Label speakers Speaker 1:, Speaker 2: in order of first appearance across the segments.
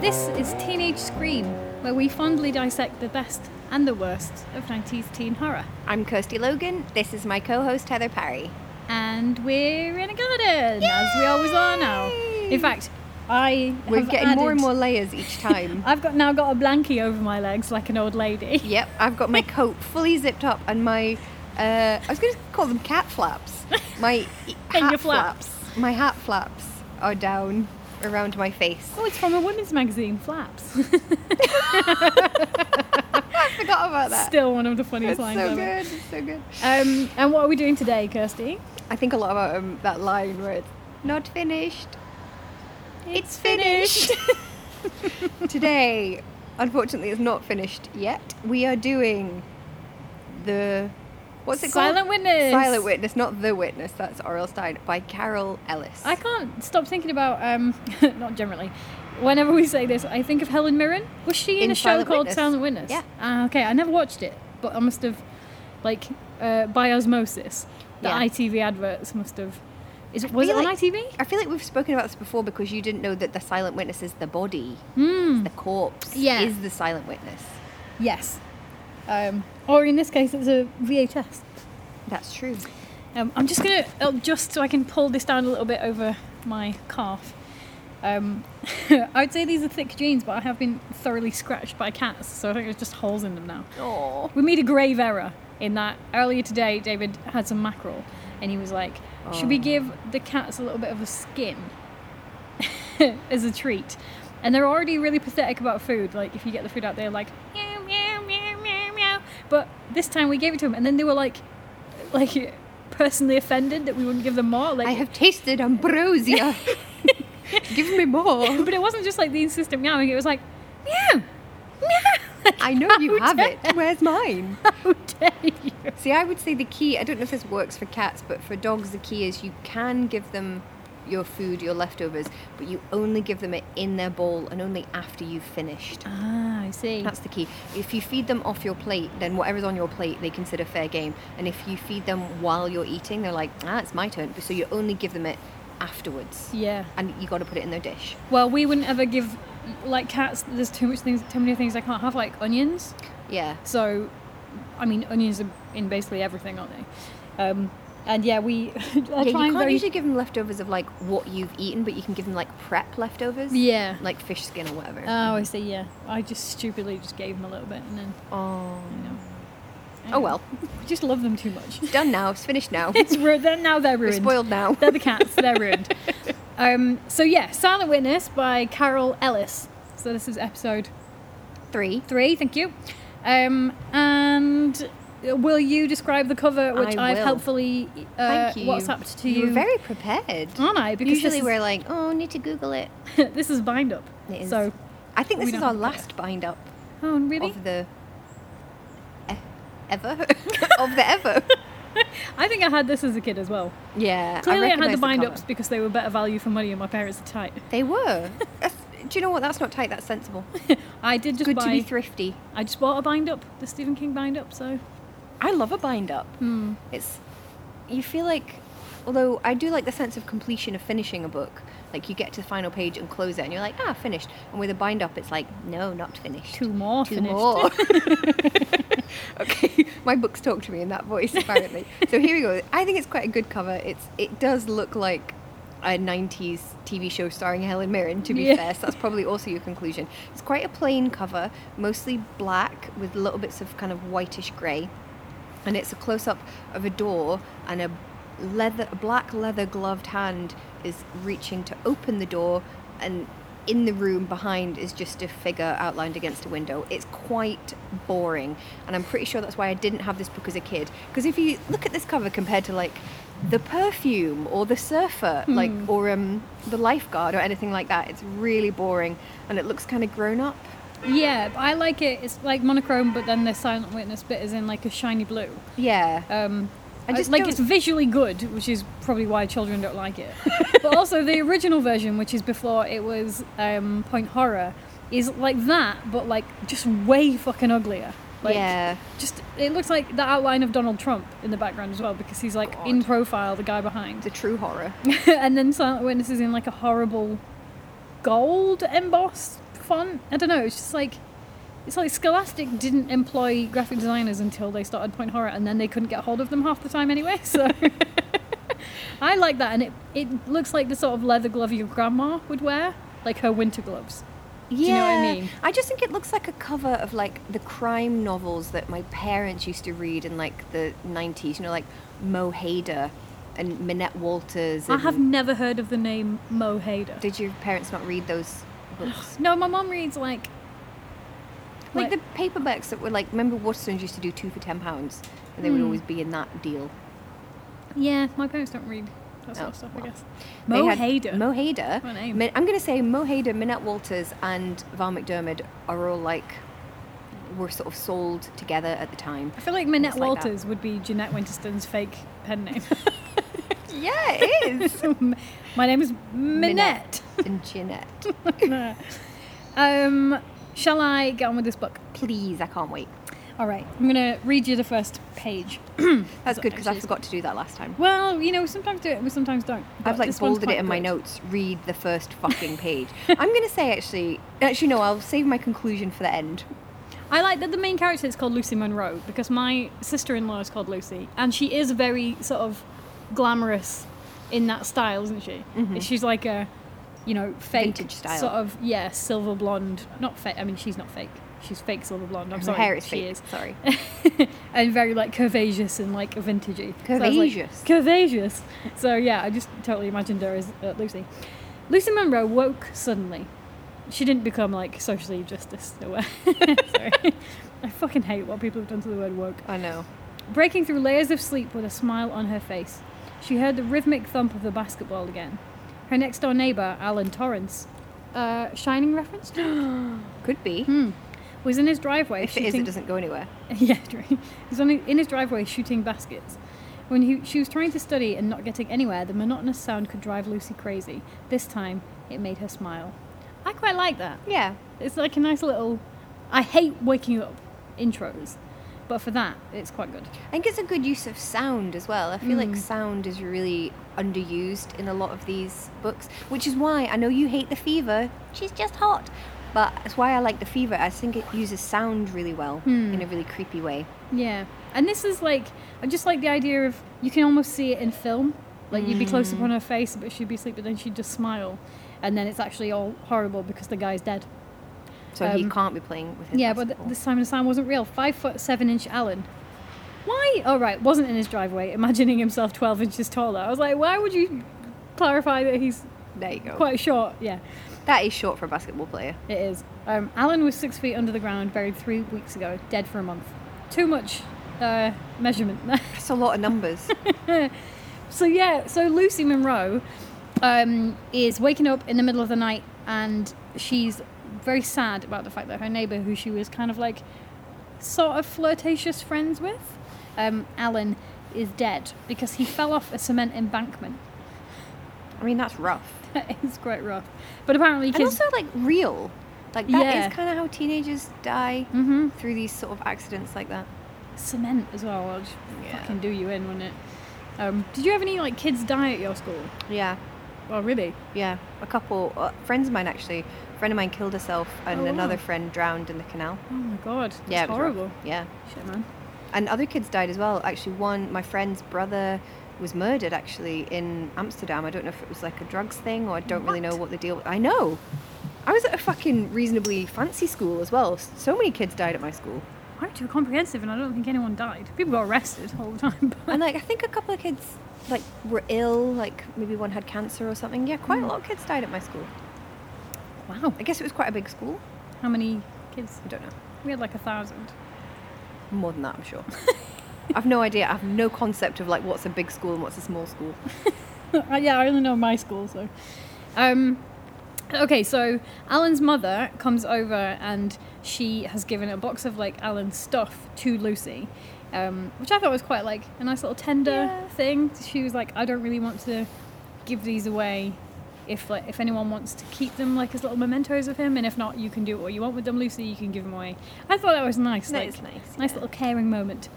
Speaker 1: This is Teenage Scream, where we fondly dissect the best and the worst of 90s teen horror.
Speaker 2: I'm Kirsty Logan. This is my co host, Heather Parry.
Speaker 1: And we're in a garden, as we always are now. In fact, I
Speaker 2: We're
Speaker 1: have
Speaker 2: getting more and
Speaker 1: added-
Speaker 2: more layers each time.
Speaker 1: I've got now got a blankie over my legs like an old lady.
Speaker 2: yep, I've got my coat fully zipped up and my, uh, I was going to call them cat flaps. My i- hat
Speaker 1: And your flaps.
Speaker 2: My hat flaps are down around my face.
Speaker 1: Oh, it's from a women's magazine, Flaps.
Speaker 2: I forgot about that.
Speaker 1: Still one of the funniest
Speaker 2: it's
Speaker 1: lines
Speaker 2: so
Speaker 1: ever.
Speaker 2: good. It's so good.
Speaker 1: Um, and what are we doing today, Kirsty?
Speaker 2: I think a lot about um, that line where it's not finished. It's finished. Today, unfortunately, it's not finished yet. We are doing the what's it
Speaker 1: Silent
Speaker 2: called?
Speaker 1: Witness.
Speaker 2: Silent Witness, not The Witness. That's Oral Stein by Carol Ellis.
Speaker 1: I can't stop thinking about, um, not generally, whenever we say this, I think of Helen Mirren. Was she in,
Speaker 2: In
Speaker 1: a show
Speaker 2: Silent
Speaker 1: called
Speaker 2: Witness.
Speaker 1: Silent Witness?
Speaker 2: Yeah.
Speaker 1: Ah, okay, I never watched it, but I must have, like, uh, by osmosis, the
Speaker 2: Yeah.
Speaker 1: ITV adverts must have. Is, was it
Speaker 2: feel
Speaker 1: on
Speaker 2: like-
Speaker 1: ITV?
Speaker 2: I feel like we've spoken about this before because you didn't know that the silent witness is the body,
Speaker 1: Hmm.
Speaker 2: the corpse
Speaker 1: Yeah.
Speaker 2: is the silent witness.
Speaker 1: Yes. Um, or in this case, it's a VHS.
Speaker 2: That's true.
Speaker 1: Um, I'm just gonna uh, just so I can pull this down a little bit over my calf. Um, I'd say these are thick jeans, but I have been thoroughly scratched by cats, so I think there's just holes in them now.
Speaker 2: Oh,
Speaker 1: We made a grave error in that earlier today. David had some mackerel, and he was like, "Should we
Speaker 2: Oh.
Speaker 1: give the cats a little bit of the skin as a treat?" And they're already really pathetic about food. Like if you get the food out, they're like meow meow meow meow meow. But this time we gave it to them, and then they were like, like personally offended that we wouldn't give them more. Like
Speaker 2: I have tasted ambrosia. Give me more.
Speaker 1: but it wasn't just like the insistent meowing. It was like meow meow. Like,
Speaker 2: I know you
Speaker 1: how
Speaker 2: have it.
Speaker 1: dare-
Speaker 2: Where's mine?
Speaker 1: How dare you?
Speaker 2: See, I would say the key, I don't know if this works for cats, but for dogs, the key is you can give them your food, your leftovers, but you only give them it in their bowl and only after you've finished.
Speaker 1: Ah, I see.
Speaker 2: That's the key. If you feed them off your plate, then whatever's on your plate they consider fair game. And if you feed them while you're eating, they're like, ah, it's my turn. So you only give them it afterwards.
Speaker 1: yeah.
Speaker 2: And you got to put it in their dish.
Speaker 1: Well, we wouldn't ever give like cats. There's too much things, too many things I can't have, like onions.
Speaker 2: Yeah.
Speaker 1: So, I mean, onions are in basically everything, aren't they? Um, and yeah, we are
Speaker 2: yeah, you
Speaker 1: trying
Speaker 2: can't
Speaker 1: very.
Speaker 2: usually give them leftovers of like what you've eaten, but you can give them like prep leftovers.
Speaker 1: Yeah.
Speaker 2: Like fish skin or whatever.
Speaker 1: Oh, I see. Yeah, I just stupidly just gave them a little bit, and then
Speaker 2: oh.
Speaker 1: you know.
Speaker 2: Oh well.
Speaker 1: we just love them too much.
Speaker 2: Done now. It's finished now.
Speaker 1: it's ru- they're now they're
Speaker 2: We're
Speaker 1: ruined.
Speaker 2: spoiled now.
Speaker 1: They're the cats. They're ruined. Um, so yeah, Silent Witness by Carol Ellis. So this is episode
Speaker 2: Three.
Speaker 1: three. Thank you. Um, and will you describe the cover, which
Speaker 2: I
Speaker 1: have
Speaker 2: will.
Speaker 1: helply uh,
Speaker 2: Thank you.
Speaker 1: WhatsApped to
Speaker 2: You
Speaker 1: you? Hmm?
Speaker 2: were very prepared.
Speaker 1: aren't I? Because
Speaker 2: Usually
Speaker 1: this
Speaker 2: we're like, oh, need to Google it.
Speaker 1: is, this is bind up.
Speaker 2: It is.
Speaker 1: So,
Speaker 2: I think
Speaker 1: We
Speaker 2: this is
Speaker 1: don't
Speaker 2: our
Speaker 1: have to do it.
Speaker 2: last bind up
Speaker 1: oh really?
Speaker 2: of the e- ever of the ever.
Speaker 1: I think I had this as a kid as well.
Speaker 2: Yeah.
Speaker 1: Clearly, I, had
Speaker 2: recognise
Speaker 1: the bind
Speaker 2: cover.
Speaker 1: ups because they were better value for money, and my parents are tight.
Speaker 2: They were. That's, do you know what? That's not tight. That's sensible.
Speaker 1: I did just
Speaker 2: Good to be
Speaker 1: buy.
Speaker 2: thrifty.
Speaker 1: I just bought a bind up, the Stephen King bind up. So,
Speaker 2: I love a bind up. It's you feel like although I do like the sense of completion of finishing a book. Like you get to the final page and close it and you're like, ah, finished. And with a bind up it's like, no, not finished.
Speaker 1: two more
Speaker 2: Two
Speaker 1: finished.
Speaker 2: more. okay. My books talk to me in that voice apparently. so here we go. I think it's quite a good cover. It's it does look like a 90s TV show starring Helen Mirren, to be
Speaker 1: Yeah.
Speaker 2: fair, so that's probably also your conclusion. It's quite a plain cover, mostly black with little bits of kind of whitish grey and it's a close up of a door and a leather a black leather gloved hand is reaching to open the door and in the room behind is just a figure outlined against a window. It's quite boring, and I'm pretty sure that's why I didn't have this book as a kid. Because if you look at this cover compared to like the perfume or the surfer,
Speaker 1: Hmm.
Speaker 2: like or um, the lifeguard or anything like that, it's really boring and it looks kind of grown up.
Speaker 1: Yeah, but I like it. It's like monochrome, but then the Silent Witness bit is in like a shiny blue.
Speaker 2: Yeah,
Speaker 1: Um,
Speaker 2: I
Speaker 1: I
Speaker 2: just
Speaker 1: like
Speaker 2: don't-
Speaker 1: it's visually good, which is probably why children don't like it. but also the original version, which is before it was um, Point Horror, is like that, but like just way fucking uglier. Like,
Speaker 2: yeah.
Speaker 1: Just it looks like the outline of Donald Trump in the background as well, because he's like in
Speaker 2: God.
Speaker 1: profile, the guy behind,
Speaker 2: The true horror.
Speaker 1: and then Silent Witness is in like a horrible gold embossed font. I don't know. It's just like. It's like Scholastic didn't employ graphic designers until they started Point Horror, and then they couldn't get hold of them half the time anyway. So I like that, and it, it looks like the sort of leather glove your grandma would wear, like her winter gloves.
Speaker 2: Yeah.
Speaker 1: you know what I mean?
Speaker 2: I just think it looks like a cover of like the crime novels that my parents used to read in like the 90s, you know, like Mo Hader and Minette Walters.
Speaker 1: I
Speaker 2: And
Speaker 1: have never heard of the name Mo Hader.
Speaker 2: Did your parents not read those books?
Speaker 1: No, my mum reads like like
Speaker 2: like the paperbacks that were like, remember Waterstones used to do two for £10 pounds, and they would
Speaker 1: Hmm.
Speaker 2: always be in that deal.
Speaker 1: yeah. My parents don't read that sort
Speaker 2: Oh,
Speaker 1: of stuff.
Speaker 2: well.
Speaker 1: I guess.
Speaker 2: They
Speaker 1: Mo
Speaker 2: had
Speaker 1: Hader.
Speaker 2: Mo Hader.
Speaker 1: What a name.
Speaker 2: Min- I'm going to say Mo Hader, Minette Walters, and Val McDermid are all like, were sort of sold together at the time.
Speaker 1: I feel like Minette
Speaker 2: Looks like that.
Speaker 1: Walters would be Jeanette Winterston's fake pen name.
Speaker 2: Yeah, it is.
Speaker 1: my name is Minette.
Speaker 2: and Jeanette.
Speaker 1: um, shall I get on with this book?
Speaker 2: Please, I can't wait.
Speaker 1: All right. I'm gonna read you the first page.
Speaker 2: That's good because I
Speaker 1: actually-
Speaker 2: forgot to do that last time.
Speaker 1: Well, you know, we sometimes do it, we sometimes don't. but
Speaker 2: I've like
Speaker 1: this one's
Speaker 2: bolded it
Speaker 1: quite
Speaker 2: in my
Speaker 1: good.
Speaker 2: notes. Read the first fucking page. I'm gonna say actually, actually no, I'll save my conclusion for the end.
Speaker 1: I like that the main character is called Lucy Monroe because my sister in law is called Lucy, and she is very sort of glamorous in that style, isn't she? She's like a, you know, fake
Speaker 2: Mm-hmm. Vintage style.
Speaker 1: sort of yeah, silver blonde. Not fake. I mean, she's not fake. She's fake silver blonde. I'm
Speaker 2: Her
Speaker 1: sorry,
Speaker 2: hair is
Speaker 1: she
Speaker 2: fake.
Speaker 1: is.
Speaker 2: Sorry.
Speaker 1: and very like curvaceous and like vintagey. So I was like,
Speaker 2: Curvaceous.
Speaker 1: curvaceous. So yeah, I just totally imagined her as uh, Lucy. Lucy Monroe woke suddenly. She didn't become like socially justice aware. Sorry. I fucking hate what people have done to the word woke.
Speaker 2: I know.
Speaker 1: Breaking through layers of sleep with a smile on her face, she heard the rhythmic thump of the basketball again. Her next door neighbour, Alan Torrance, uh, shining reference,
Speaker 2: Could be
Speaker 1: Hmm, was in his driveway.
Speaker 2: Hmm. if it is, it
Speaker 1: shooting-
Speaker 2: doesn't go anywhere.
Speaker 1: yeah, during, he's on in his driveway shooting baskets. When he, she was trying to study and not getting anywhere, the monotonous sound could drive Lucy crazy. This time, it made her smile. I quite like that.
Speaker 2: Yeah.
Speaker 1: It's like a nice little. I hate waking up intros, but for that, it's quite good.
Speaker 2: I think it's a good use of sound as well. I feel
Speaker 1: Hmm.
Speaker 2: like sound is really underused in a lot of these books, which is why I know you hate The Fever. She's just hot. But that's why I like The Fever. I think it uses sound really well
Speaker 1: Hmm.
Speaker 2: in a really creepy way.
Speaker 1: Yeah, and this is like I just like the idea of you can almost see it in film. Like you'd be close upon her face, but she'd be asleep, but then she'd just smile, and then it's actually all horrible because the guy's dead.
Speaker 2: So he
Speaker 1: Um,
Speaker 2: can't be playing with his
Speaker 1: Yeah, but th-
Speaker 2: basketball.
Speaker 1: this time the sound wasn't real. Five foot seven inch Allen. Why? Oh right, wasn't in his driveway, imagining himself twelve inches taller. I was like, why would you clarify that he's
Speaker 2: there you go.
Speaker 1: quite short? Yeah,
Speaker 2: That is short for a basketball player.
Speaker 1: it is. Um, Allen was six feet under the ground, buried three weeks ago, dead for a month. Too much uh, measurement.
Speaker 2: That's a lot of numbers.
Speaker 1: so yeah, so Lucy Monroe um, is waking up in the middle of the night, and she's very sad about the fact that her neighbour, who she was kind of like sort of flirtatious friends with, um, Alan, is dead because he fell off a cement embankment.
Speaker 2: I mean, that's rough.
Speaker 1: That is quite rough, but apparently
Speaker 2: And
Speaker 1: kids.
Speaker 2: also, like, real. Like, that is
Speaker 1: Yeah.
Speaker 2: kind of how teenagers die
Speaker 1: Mhm.
Speaker 2: through these sort of accidents like that.
Speaker 1: cement as well. I'll just
Speaker 2: Yeah.
Speaker 1: fucking do you in, wouldn't it? Um, did you have any like kids die at your school?
Speaker 2: Yeah.
Speaker 1: Oh, really?
Speaker 2: Yeah, a couple uh, friends of mine actually. A friend of mine killed herself, and
Speaker 1: Oh, wow.
Speaker 2: another friend drowned in the canal.
Speaker 1: Oh my god, that's
Speaker 2: yeah, it was rough.
Speaker 1: horrible.
Speaker 2: Yeah,
Speaker 1: Shit, man.
Speaker 2: and other kids died as well. Actually, one my friend's brother was murdered actually in Amsterdam. I don't know if it was like a drugs thing or I don't really know
Speaker 1: What?
Speaker 2: what the deal. I know. I was at a fucking reasonably fancy school as well. S- So many kids died at my school,
Speaker 1: I went to a comprehensive and I don't think anyone died. People got arrested all the time. But
Speaker 2: and like I think a couple of kids like were ill. Like maybe one had cancer or something. Yeah, quite a lot of kids died at my school.
Speaker 1: wow.
Speaker 2: I guess it was quite a big school.
Speaker 1: How many kids?
Speaker 2: I don't know.
Speaker 1: We had like a thousand.
Speaker 2: More than that, I'm sure. I've no idea. I have no concept of like what's a big
Speaker 1: Uh,
Speaker 2: school and what's a small school.
Speaker 1: yeah, I only know my school, so. Um, Okay, so Alan's mother comes over and she has given a box of like Alan's stuff to Lucy, um, which I thought was quite like a nice little tender
Speaker 2: Yeah.
Speaker 1: thing. She was like, I don't really want to give these away. If like if anyone wants to keep them like as little mementos of him, and if not, you can do what you want with them, Lucy. You can give them away. I thought that was nice.
Speaker 2: That
Speaker 1: like,
Speaker 2: is nice,
Speaker 1: Nice
Speaker 2: yeah.
Speaker 1: little caring moment.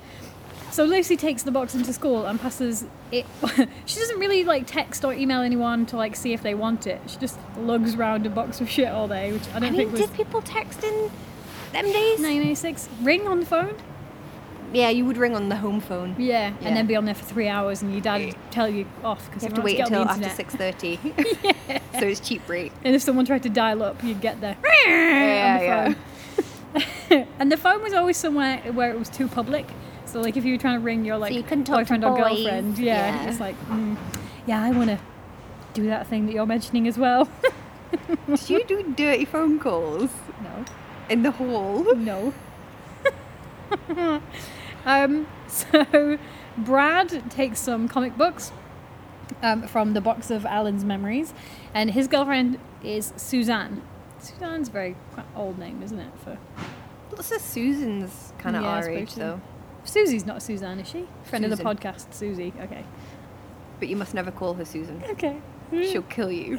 Speaker 1: So Lucy takes the box into school and passes it. she doesn't really like text or email anyone to like see if they want it. She just lugs around a box of shit all day, which I don't
Speaker 2: I mean,
Speaker 1: think was
Speaker 2: did people text in them days?
Speaker 1: 1986. Ring on the phone.
Speaker 2: Yeah, you would ring on the home phone. You
Speaker 1: Yeah,
Speaker 2: Yeah.
Speaker 1: and then be on there for three hours, and your dad would tell you off because you
Speaker 2: have to wait
Speaker 1: get on the
Speaker 2: until after
Speaker 1: internet.
Speaker 2: six thirty. So it's cheap rate.
Speaker 1: And if someone tried to dial up, you'd get there. on
Speaker 2: Yeah,
Speaker 1: the phone. and the phone was always somewhere where it was too public. So like if you were trying to ring your like
Speaker 2: you couldn't talk to
Speaker 1: boyfriend or
Speaker 2: boys.
Speaker 1: girlfriend, yeah,
Speaker 2: Yeah.
Speaker 1: it's like, mm, yeah, I want to do that thing that you're mentioning as well.
Speaker 2: Did you do dirty phone calls
Speaker 1: no,
Speaker 2: in the hall?
Speaker 1: no. um, so Brad takes some comic books um, from the box of Alan's memories, and his girlfriend is Suzanne. Suzanne's a very quite old name, isn't it? For
Speaker 2: Lots of Susans kind of
Speaker 1: Yeah, I
Speaker 2: our
Speaker 1: suppose
Speaker 2: age
Speaker 1: so.
Speaker 2: though.
Speaker 1: Susie's not Suzanne, is she? Friend of the
Speaker 2: Susan.
Speaker 1: podcast, Susie. Okay.
Speaker 2: But you must never call her Susan.
Speaker 1: Okay.
Speaker 2: She'll kill you.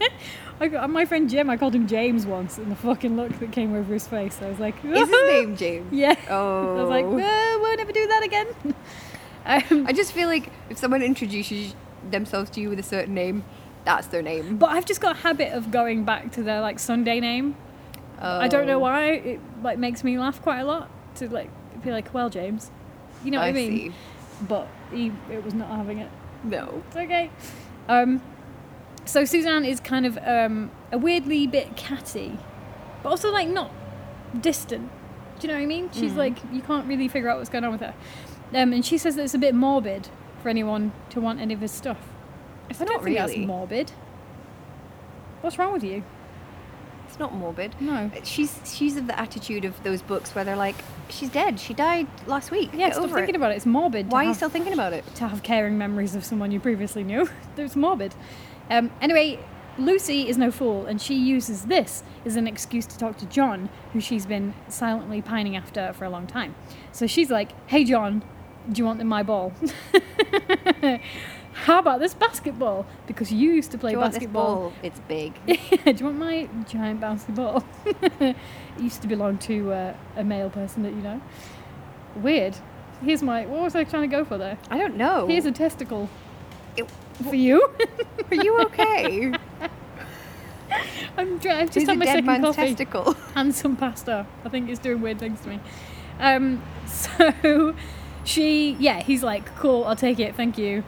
Speaker 1: I got, my friend Jim, I called him James once, and the fucking look that came over his face, I was like,
Speaker 2: Is his name James?
Speaker 1: Yeah.
Speaker 2: Oh.
Speaker 1: I was like, "Uh, we'll never do that again. um,
Speaker 2: I just feel like if someone introduces themselves to you with a certain name, that's their name.
Speaker 1: but I've just got a habit of going back to their like Sunday name. I don't know
Speaker 2: Oh,
Speaker 1: why. It like makes me laugh quite a lot to like be like, well, James, you know what I, mean.
Speaker 2: see.
Speaker 1: But he, it was not having it.
Speaker 2: No.
Speaker 1: It's okay. Um, so Suzanne is kind of um, a weirdly bit catty, but also like not distant. Do you know what I mean?
Speaker 2: Mm.
Speaker 1: She's like you can't really figure out what's going on with her, um, and she says that it's a bit morbid for anyone to want any of his stuff. I don't
Speaker 2: not
Speaker 1: think
Speaker 2: really.
Speaker 1: that's morbid. What's wrong with you?
Speaker 2: It's not morbid.
Speaker 1: No.
Speaker 2: She's she's of the attitude of those books where they're like, she's dead. She died last week.
Speaker 1: Yeah,
Speaker 2: Get
Speaker 1: stop
Speaker 2: over
Speaker 1: thinking
Speaker 2: it.
Speaker 1: about it. It's morbid. to
Speaker 2: Why are you
Speaker 1: have-
Speaker 2: still thinking about it?
Speaker 1: to have caring memories of someone you previously knew. it's morbid. Um, anyway, Lucy is no fool, and she uses this as an excuse to talk to John, who she's been silently pining after for a long time. So she's like, "Hey, John, do you want the my ball? How about this basketball? Because you used to play
Speaker 2: Do you want this
Speaker 1: basketball."
Speaker 2: ball? It's big.
Speaker 1: do you want my giant bouncy ball? it used to belong to uh, a male person that you know. Weird. Here's my. What was I trying to go for there?
Speaker 2: I don't know.
Speaker 1: Here's a testicle
Speaker 2: Oh. Ew.
Speaker 1: for you.
Speaker 2: Are you okay?
Speaker 1: I'm dry. I've just
Speaker 2: Here's a
Speaker 1: had my
Speaker 2: dead
Speaker 1: second
Speaker 2: man's
Speaker 1: coffee
Speaker 2: testicle.
Speaker 1: and some pasta. I think it's doing weird things to me. Um, so she, yeah, he's like, cool, I'll take it, thank you.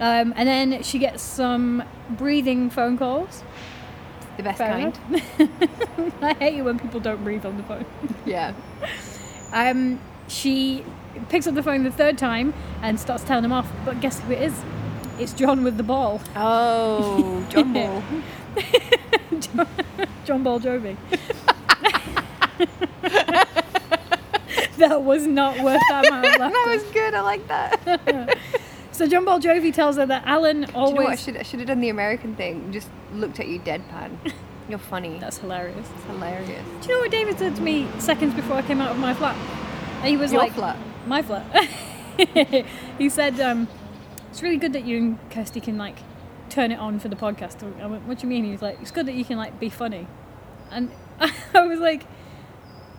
Speaker 1: Um, and then she gets some breathing phone calls.
Speaker 2: The best
Speaker 1: Fair
Speaker 2: kind.
Speaker 1: enough. I hate it when people don't breathe on the phone.
Speaker 2: Yeah.
Speaker 1: Um, she picks up the phone the third time and starts telling him off. But guess who it is? It's John with the ball.
Speaker 2: Oh, John
Speaker 1: Yeah.
Speaker 2: Ball.
Speaker 1: John, John Bon Jovi. that was not worth that amount of
Speaker 2: that was
Speaker 1: laughter.
Speaker 2: good. I like that.
Speaker 1: So John Bon Jovi tells her that Alan
Speaker 2: Do you know
Speaker 1: always.
Speaker 2: what? I should I should have done the American thing. Just looked at you deadpan. You're funny.
Speaker 1: That's hilarious.
Speaker 2: That's hilarious.
Speaker 1: Do you know what David said to me seconds before I came out of my flat? And He was
Speaker 2: Your
Speaker 1: like,
Speaker 2: flat?
Speaker 1: My flat. he said, um, "It's really good that you and Kirsty can like turn it on for the podcast." I went, "What do you mean?" He was like, "It's good that you can like be funny," and I was like,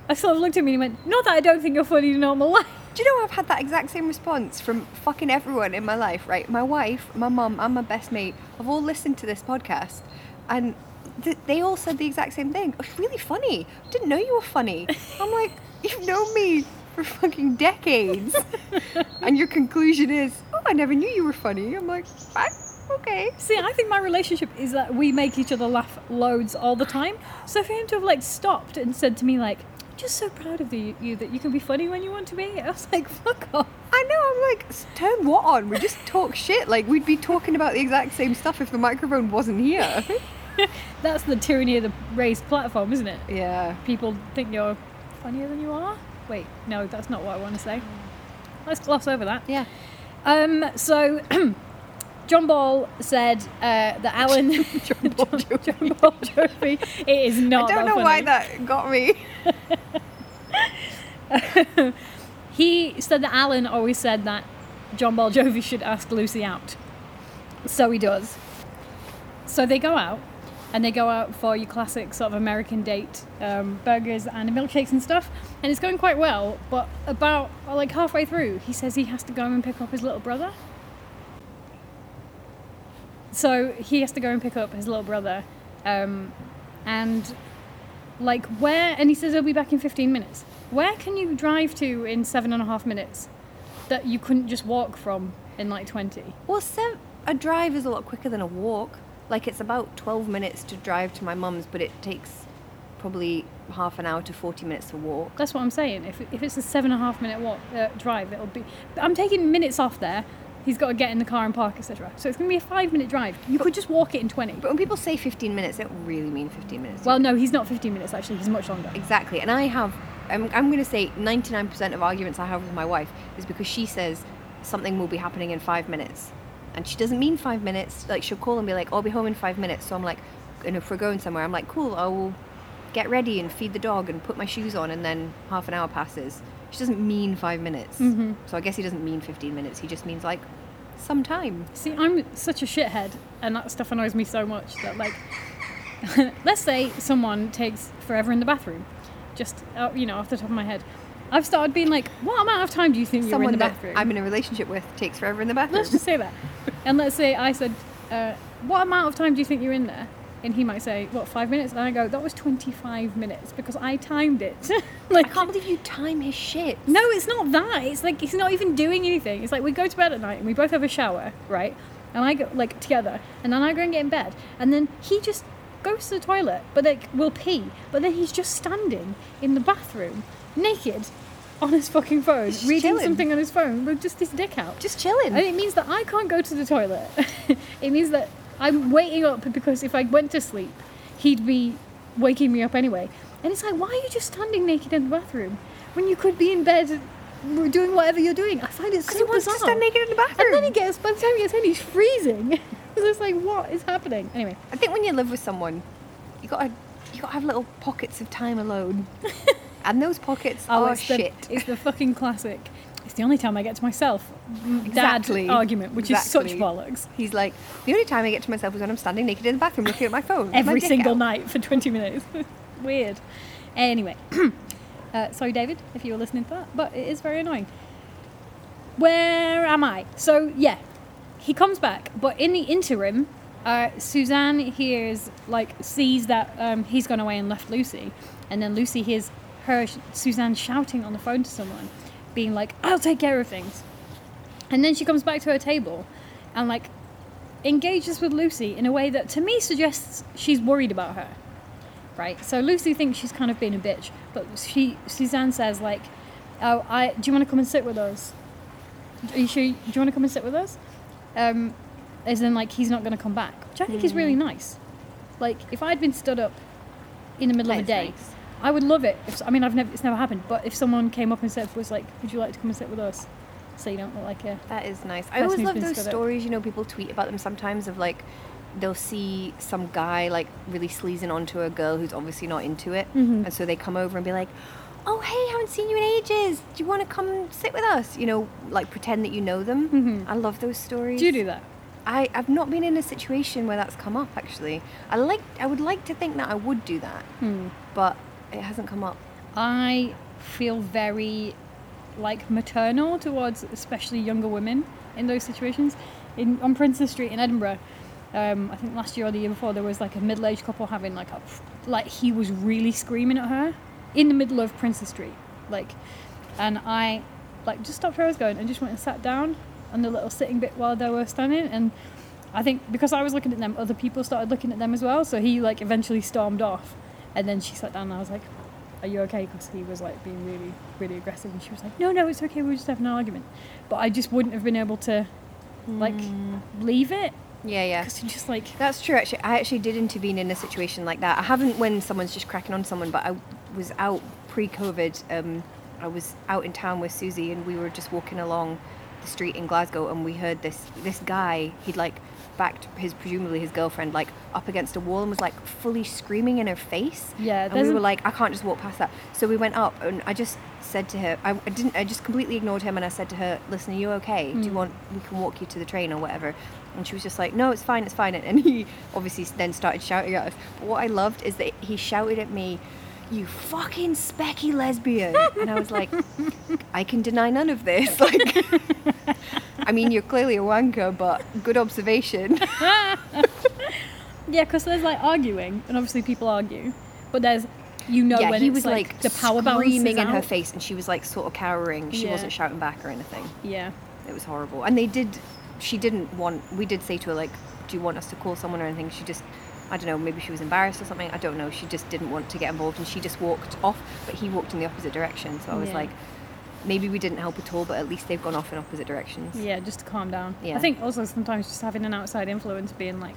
Speaker 1: I sort of looked at me and he went, "Not that I don't think you're funny in normal life."
Speaker 2: Do you know I've had that exact same response from fucking everyone in my life, right? My wife, my mum, and my best mate have all listened to this podcast and th- they all said the exact same thing. It's really funny. I didn't know you were funny. I'm like, you've known me for fucking decades. and your conclusion is, oh, I never knew you were funny. I'm like, I, okay.
Speaker 1: See, I think my relationship is that we make each other laugh loads all the time. So for him to have like stopped and said to me like, "I'm just so proud of the, you that you can be funny when you want to be," I was like, "Fuck off."
Speaker 2: I know, I'm like, "S- turn what on? We just talk shit. Like, we'd be talking about the exact same stuff if the microphone wasn't here.
Speaker 1: That's the tyranny of the raised platform, isn't it?
Speaker 2: yeah.
Speaker 1: people think you're funnier than you are. Wait, no, that's not what I want to say. Let's gloss over that.
Speaker 2: Yeah.
Speaker 1: Um, so John Ball said uh, that Alan
Speaker 2: John Ball Jovi.
Speaker 1: John Ball Jovi. It is
Speaker 2: I
Speaker 1: not.
Speaker 2: don't
Speaker 1: that funny.
Speaker 2: know why Oh, that got me.
Speaker 1: He said that Alan always said that John Bon Jovi should ask Lucy out. So he does. So they go out, and they go out for your classic sort of American date um, burgers and milkshakes and stuff. And it's going quite well, but about well, like halfway through, he says he has to go and pick up his little brother. So he has to go and pick up his little brother. Um, and like where and he says he'll be back in 15 minutes where can you drive to in seven and a half minutes that you couldn't just walk from in like 20
Speaker 2: Well, sev a drive is a lot quicker than a walk. Like it's about 12 minutes to drive to my mum's, but it takes probably half an hour to 40 minutes to walk.
Speaker 1: that's what i'm saying if, if it's a seven and a half minute walk uh, drive it'll be but i'm taking minutes off there he's got to get in the car and park etc so it's going to be a five minute drive you could just walk it in 20
Speaker 2: But when people say 15 minutes, they don't really mean 15 minutes.
Speaker 1: well no he's not 15 minutes actually he's much longer
Speaker 2: exactly. And I have, I'm, I'm going to say 99% of arguments I have with my wife is because she says something will be happening in five minutes. And she doesn't mean five minutes. Like she'll call and be like, I'll be home in five minutes. So I'm like, and if we're going somewhere, I'm like, cool, I will get ready and feed the dog and put my shoes on. And then half an hour passes. She doesn't mean five minutes.
Speaker 1: Mm-hmm.
Speaker 2: So I guess he doesn't mean 15 minutes. He just means like some time.
Speaker 1: See, I'm such a shithead, and that stuff annoys me so much that, like, let's say someone takes forever in the bathroom, just uh, you know, off the top of my head, I've started being like, "What amount of time do you think you were in
Speaker 2: Someone
Speaker 1: the
Speaker 2: that
Speaker 1: bathroom?"
Speaker 2: I'm in a relationship with takes forever in the bathroom.
Speaker 1: let's just say that, and let's say I said, uh, "What amount of time do you think you're in there?" And he might say, "What, five minutes?" And I go, "That was 25 minutes because I timed it."
Speaker 2: I
Speaker 1: like,
Speaker 2: can't believe you time his shit.
Speaker 1: no, it's not that. It's like he's not even doing anything. It's like we go to bed at night and we both have a shower, right? And I go like together, and then I go and get in bed, and then he just goes to the toilet, but like will pee, but then he's just standing in the bathroom, naked, on his fucking phone,
Speaker 2: He's
Speaker 1: reading
Speaker 2: chilling.
Speaker 1: something on his phone with just his dick out.
Speaker 2: Just chilling.
Speaker 1: And it means that I can't go to the toilet. it means that I'm waiting up because if I went to sleep, he'd be waking me up anyway. And it's like, why are you just standing naked in the bathroom when you could be in bed doing whatever you're doing? I find it so
Speaker 2: Because he wants
Speaker 1: bizarre.
Speaker 2: to stand naked in the bathroom.
Speaker 1: And then he gets, by the time he gets in, he's freezing. so it's like, what is happening? Anyway,
Speaker 2: I think when you live with someone, you gotta you gotta have little pockets of time alone. and those pockets are
Speaker 1: Oh, it's
Speaker 2: Oh, shit.
Speaker 1: The, it's the fucking classic. It's the only time I get to myself.
Speaker 2: Exactly.
Speaker 1: Dad argument, which is such
Speaker 2: Exactly.
Speaker 1: bollocks.
Speaker 2: He's like, the only time I get to myself is when I'm standing naked in the bathroom looking at my phone. with my
Speaker 1: every
Speaker 2: dick
Speaker 1: single
Speaker 2: out."
Speaker 1: night for 20 minutes. Weird. Anyway, uh, sorry, David, if you were listening to that, but it is very annoying. Where am I? So, yeah, he comes back, but in the interim, uh, Suzanne hears, like, sees that um, he's gone away and left Lucy, and then Lucy hears her, Suzanne, shouting on the phone to someone, being like, I'll take care of things. And then she comes back to her table and, like, engages with Lucy in a way that to me suggests she's worried about her. Right? So Lucy thinks she's kind of being a bitch, but she Suzanne says like, "Oh, I do you want to come and sit with us? Are you sure? you- Do you want to come and sit with us?" Um, as in like he's not going to come back, which I think is really nice. Like if I'd been stood up in the middle
Speaker 2: That
Speaker 1: of
Speaker 2: is
Speaker 1: a day,
Speaker 2: nice.
Speaker 1: I would love it. If, I mean, I've never it's never happened, but if someone came up and said was like, "Would you like to come and sit with us?" So you don't look like a
Speaker 2: That is nice. I
Speaker 1: Person
Speaker 2: always
Speaker 1: who's
Speaker 2: love
Speaker 1: been
Speaker 2: those
Speaker 1: stood up.
Speaker 2: stories, you know, people tweet about them sometimes of like they'll see some guy like really sleazing onto a girl who's obviously not into it. And so they come over and be like, Oh hey, haven't seen you in ages. Do you wanna come sit with us? You know, like pretend that you know them. I love those stories.
Speaker 1: Do you do that?
Speaker 2: I, I've not been in a situation where that's come up actually. I like I would like to think that I would do that. But it hasn't come up.
Speaker 1: I feel very like maternal towards especially younger women in those situations. In on Princess Street in Edinburgh, um, I think last year or the year before, there was like a middle-aged couple having like a like he was really screaming at her in the middle of Princess Street, like, and I like just stopped where I was going and just went and sat down on the little sitting bit while they were standing and. I think because I was looking at them, other people started looking at them as well. So he like eventually stormed off, and then she sat down. and I was like, "Are you okay?" Because he was like being really, really aggressive, and she was like, "No, no, it's okay. We're just having an argument." But I just wouldn't have been able to like leave it
Speaker 2: Yeah, Mm. yeah.
Speaker 1: because just like
Speaker 2: That's true. Actually, I actually did intervene in a situation like that. I haven't when someone's just cracking on someone, but I was out pre-COVID. Um, I was out in town with Susie, and we were just walking along the street in Glasgow, and we heard this this guy. He'd like backed his presumably his girlfriend like up against a wall and was like fully screaming in her face.
Speaker 1: Yeah,
Speaker 2: and
Speaker 1: there's
Speaker 2: we
Speaker 1: a-
Speaker 2: were like, I can't just walk past that. So we went up, and I just said to her, I, I didn't, I just completely ignored him, and I said to her, Listen, are you okay?
Speaker 1: Hmm.
Speaker 2: Do you want? We can walk you to the train or whatever. And she was just like, No, it's fine, it's fine. And, and he obviously then started shouting at us. But what I loved is that he shouted at me. You fucking specky lesbian, and I was like, I can deny none of this. Like, I mean, you're clearly a wanker, but good observation.
Speaker 1: Yeah, because there's like arguing, and obviously people argue, but there's you know
Speaker 2: yeah,
Speaker 1: when
Speaker 2: he
Speaker 1: it's
Speaker 2: was
Speaker 1: like,
Speaker 2: like
Speaker 1: the power balance is
Speaker 2: screaming in her
Speaker 1: out.
Speaker 2: face, and she was like sort of cowering. She
Speaker 1: Yeah.
Speaker 2: wasn't shouting back or anything.
Speaker 1: Yeah,
Speaker 2: It was horrible. And they did. She didn't want. We did say to her like, "Do you want us to call someone or anything?" She just. I don't know, maybe she was embarrassed or something. I don't know. She just didn't want to get involved and she just walked off, but he walked in the opposite direction. So I was
Speaker 1: Yeah.
Speaker 2: like, maybe we didn't help at all, but at least they've gone off in opposite directions.
Speaker 1: yeah, just to calm down. I
Speaker 2: Yeah.
Speaker 1: think also sometimes just having an outside influence being like,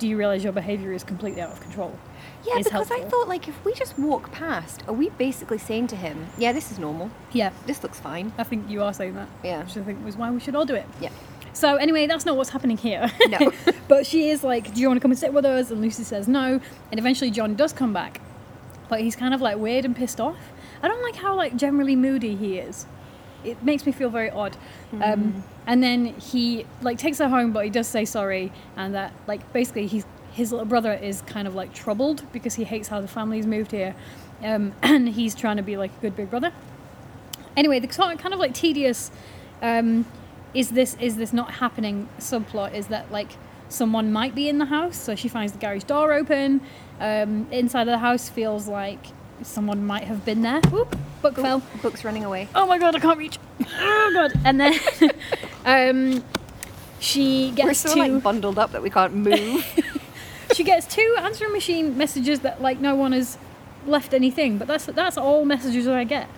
Speaker 1: do you realize your behavior is completely out of control?
Speaker 2: Yeah,
Speaker 1: is
Speaker 2: because I
Speaker 1: helpful.
Speaker 2: thought like if we just walk past, are we basically saying to him, "Yeah, this is normal.
Speaker 1: Yeah,
Speaker 2: This looks fine."
Speaker 1: I think you are saying that.
Speaker 2: Yeah.
Speaker 1: which I think was why we should all do it.
Speaker 2: Yeah.
Speaker 1: So anyway, that's not what's happening here.
Speaker 2: No.
Speaker 1: but she is like, "Do you want to come and sit with us?" And Lucy says no. And eventually, John does come back, but he's kind of like weird and pissed off. I don't like how like generally moody he is. It makes me feel very odd. Um, and then he like takes her home, but he does say sorry, and that like basically he's his little brother is kind of like troubled because he hates how the family's moved here, um, and he's trying to be like a good big brother anyway, the sort of kind of like tedious um, is this is this not happening subplot is that like someone might be in the house, so she finds the garage door open. Um, inside of the house feels like someone might have been there. Whoop, book fell.
Speaker 2: Book's running away.
Speaker 1: Oh my god, I can't reach. Oh god, and then um, she gets
Speaker 2: We're so
Speaker 1: to
Speaker 2: like bundled up that we can't move.
Speaker 1: she gets two answering machine messages that like no one has left anything but that's that's all messages that i get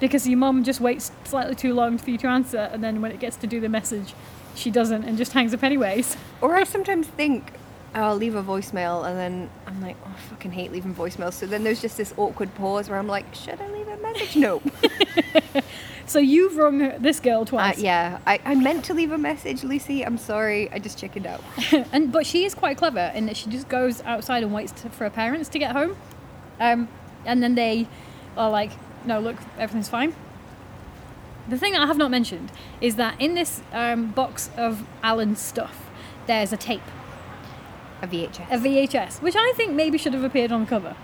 Speaker 1: because your mum just waits slightly too long for you to answer and then when it gets to do the message she doesn't and just hangs up anyways
Speaker 2: or I sometimes think "Oh, I'll leave a voicemail, and then I'm like, "Oh, I fucking hate leaving voicemails." So then there's just this awkward pause where I'm like, "Should I leave a message?" No.
Speaker 1: so you've rung her- this girl
Speaker 2: uh,
Speaker 1: twice
Speaker 2: yeah, I, I meant to leave a message, Lucy. I'm sorry. I just chickened out.
Speaker 1: and but she is quite clever in that she just goes outside and waits to, for her parents to get home um, and then they are like no look everything's fine the thing that i have not mentioned is that in this um, box of alan's stuff there's a tape
Speaker 2: A VHS.
Speaker 1: a VHS, which I think maybe should have appeared on the cover.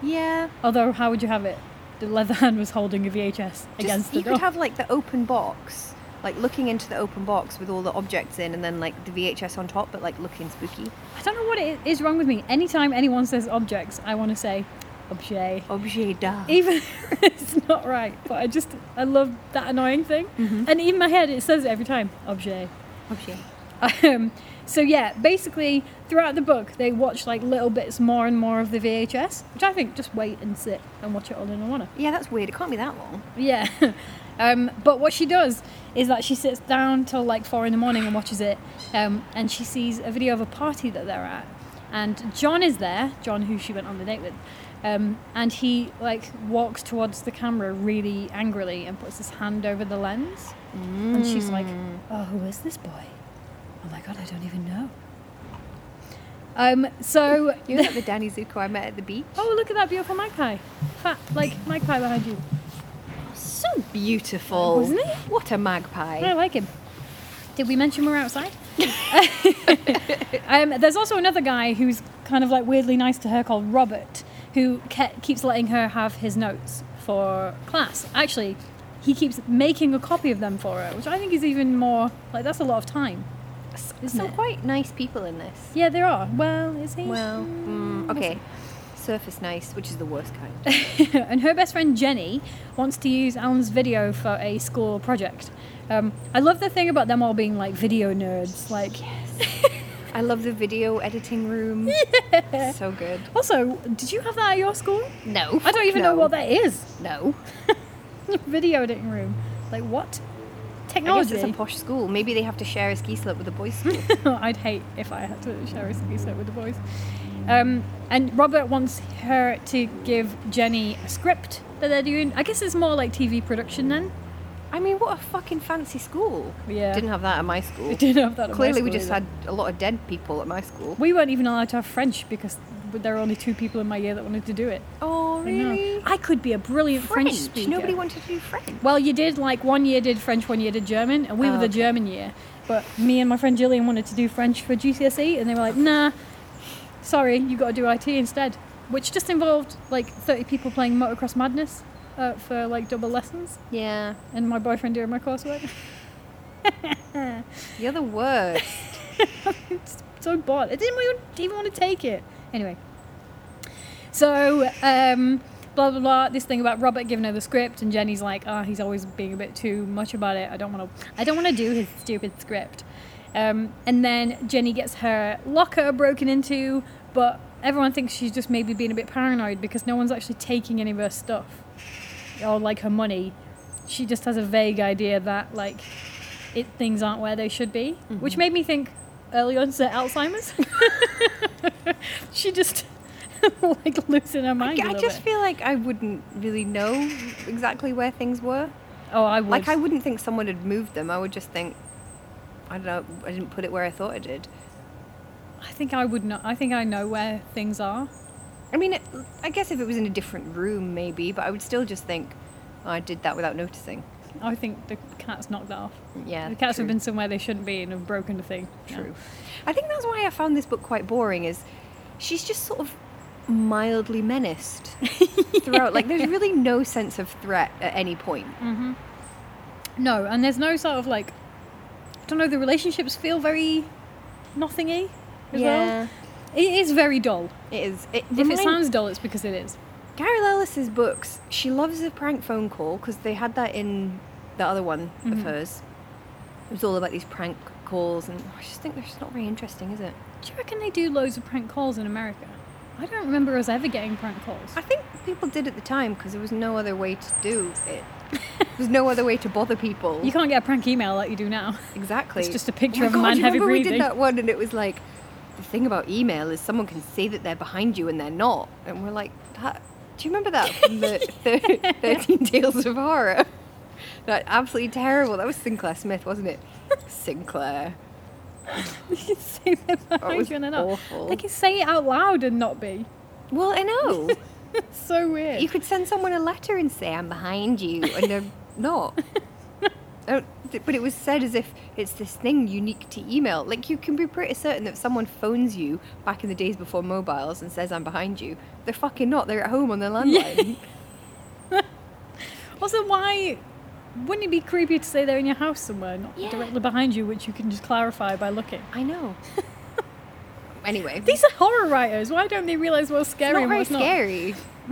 Speaker 2: yeah.
Speaker 1: Although, how would you have it? The leather hand was holding a VHS against
Speaker 2: Just,
Speaker 1: the
Speaker 2: you
Speaker 1: door.
Speaker 2: could have like the open box, like looking into the open box with all the objects in, and then like the VHS on top, but like looking spooky.
Speaker 1: I don't know what it is wrong with me. Anytime anyone says objects, I want to say objet.
Speaker 2: Objet d'art.
Speaker 1: Even it's not right, but I just I love that annoying thing.
Speaker 2: Mm-hmm.
Speaker 1: And in my head, it says it every time objet.
Speaker 2: Objet.
Speaker 1: Um, so yeah, basically throughout the book, they watch like little bits more and more of the VHS, which I think just wait and sit and watch it all in a one.
Speaker 2: Yeah, that's weird. It can't be that long.
Speaker 1: Yeah. Um, but what she does is that she sits down till like four in the morning and watches it, um, and she sees a video of a party that they're at, and John is there, John who she went on the date with, um, and he like walks towards the camera really angrily and puts his hand over the lens, and she's like, "Oh, who is this boy? Oh my god, I don't even know." Um, so
Speaker 2: You know that the Danny Zuko I met at the beach?
Speaker 1: oh look at that beautiful magpie, fat like magpie behind you.
Speaker 2: so beautiful.
Speaker 1: Wasn't it?
Speaker 2: What a magpie.
Speaker 1: I like him. Did we mention we're outside? um, there's also another guy who's kind of like weirdly nice to her called Robert, who ke- keeps letting her have his notes for class. Actually, he keeps making a copy of them for her, which I think is even more like that's a lot of time.
Speaker 2: There's
Speaker 1: Isn't
Speaker 2: some
Speaker 1: it?
Speaker 2: quite nice people in this.
Speaker 1: Yeah, there are. Well, is he?
Speaker 2: Well, mm,
Speaker 1: we'll
Speaker 2: okay. Surface nice, which is the worst kind.
Speaker 1: and her best friend Jenny wants to use Alan's video for a school project. Um, I love the thing about them all being like video nerds. Like,
Speaker 2: I love the video editing room. So good.
Speaker 1: Also, did you have that at your school?
Speaker 2: No.
Speaker 1: I don't even know what that is.
Speaker 2: No.
Speaker 1: Video editing room. Like what?
Speaker 2: I guess
Speaker 1: Technology.
Speaker 2: it's a posh school. Maybe they have to share a ski slope with the boys' school.
Speaker 1: I'd hate if I had to share a ski set with the boys. Um, and Robert wants her to give Jenny a script that they're doing. I guess it's more like TV production then.
Speaker 2: I mean, what a fucking fancy school.
Speaker 1: Yeah.
Speaker 2: Didn't have that at my school.
Speaker 1: We didn't have that. at my
Speaker 2: Clearly, we
Speaker 1: school
Speaker 2: just
Speaker 1: either.
Speaker 2: had a lot of dead people at my school.
Speaker 1: We weren't even allowed to have French because there were only two people in my year that wanted to do it.
Speaker 2: Oh,
Speaker 1: I know. I could be a brilliant French,
Speaker 2: French.
Speaker 1: speaker.
Speaker 2: Nobody wanted to do French.
Speaker 1: Well, you did like one year did French, one year did German, and we were
Speaker 2: Oh,
Speaker 1: the
Speaker 2: okay.
Speaker 1: German year. But me and my friend Gillian wanted to do French for GCSE, E, and they were like, "Nah, sorry, you got to do IT instead," which just involved like 30 people playing Motocross Madness uh, for like double lessons,
Speaker 2: Yeah.
Speaker 1: and my boyfriend doing my coursework.
Speaker 2: You're the worst.
Speaker 1: it's so bored. I didn't even, even want to take it. Anyway. So, um, blah, blah, blah. This thing about Robert giving her the script, and Jenny's like, oh, he's always being a bit too much about it. I don't want to, I don't want to do his stupid script. Um, and then Jenny gets her locker broken into, but everyone thinks she's just maybe being a bit paranoid because no one's actually taking any of her stuff or like her money. She just has a vague idea that like it things aren't where they should be,
Speaker 2: Mm-hmm.
Speaker 1: which made me think early onset Alzheimer's. she just like losing her mind. a
Speaker 2: I
Speaker 1: little
Speaker 2: just
Speaker 1: bit.
Speaker 2: feel like I wouldn't really know exactly where things were.
Speaker 1: oh, I would.
Speaker 2: Like, I wouldn't think someone had moved them. I would just think, I don't know, I didn't put it where I thought I did.
Speaker 1: I think I would not. I think I know where things are.
Speaker 2: I mean, it, I guess if it was in a different room, maybe, but I would still just think, oh, I did that without noticing.
Speaker 1: I think the cats knocked that off.
Speaker 2: Yeah.
Speaker 1: the cats
Speaker 2: true.
Speaker 1: have been somewhere they shouldn't be and have broken the thing. Yeah.
Speaker 2: True. I think that's why I found this book quite boring. Is she's just sort of mildly menaced throughout. Like there's really no sense of threat at any point.
Speaker 1: No, and there's no sort of like. I don't know. The relationships feel very nothingy. As well. It is very dull.
Speaker 2: it is. It,
Speaker 1: If it
Speaker 2: reminds-
Speaker 1: sounds dull, it's because it is.
Speaker 2: Carol Ellis's books, she loves a prank phone call because they had that in the other one of hers. It was all about these prank calls, and I just think they're just not very interesting, is it?
Speaker 1: Do you reckon they do loads of prank calls in America? I don't remember us ever getting prank calls.
Speaker 2: I think people did at the time because there was no other way to do it. there was no other way to bother people.
Speaker 1: You can't get a prank email like you do now.
Speaker 2: Exactly. Oh
Speaker 1: It's just a picture
Speaker 2: my
Speaker 1: of a man
Speaker 2: you
Speaker 1: heavy
Speaker 2: remember We
Speaker 1: breathing.
Speaker 2: did that one, and it was like the thing about email is someone can say that they're behind you and they're not, and we're like, that, do you remember that from the, the Thirteen Tales of Horror? That absolutely terrible. That was Sinclair Smith, wasn't it? Sinclair.
Speaker 1: you can say they're behind
Speaker 2: was
Speaker 1: you and they're not.
Speaker 2: awful.
Speaker 1: They can say it out loud and not be.
Speaker 2: Well, I know.
Speaker 1: It's so weird.
Speaker 2: you could send someone a letter and say I'm behind you, and they're not. I don't- th- But it was said as if it's this thing unique to email. Like you can be pretty certain that if someone phones you back in the days before mobiles and says I'm behind you, they're fucking not. They're at home on their landline.
Speaker 1: also, why wouldn't it be creepy to say they're in your house somewhere, not
Speaker 2: Yeah.
Speaker 1: directly behind you, which you can just clarify by looking?
Speaker 2: I know. anyway,
Speaker 1: These are horror writers. Why don't they realize what's
Speaker 2: it's
Speaker 1: scary
Speaker 2: not
Speaker 1: and
Speaker 2: very
Speaker 1: what's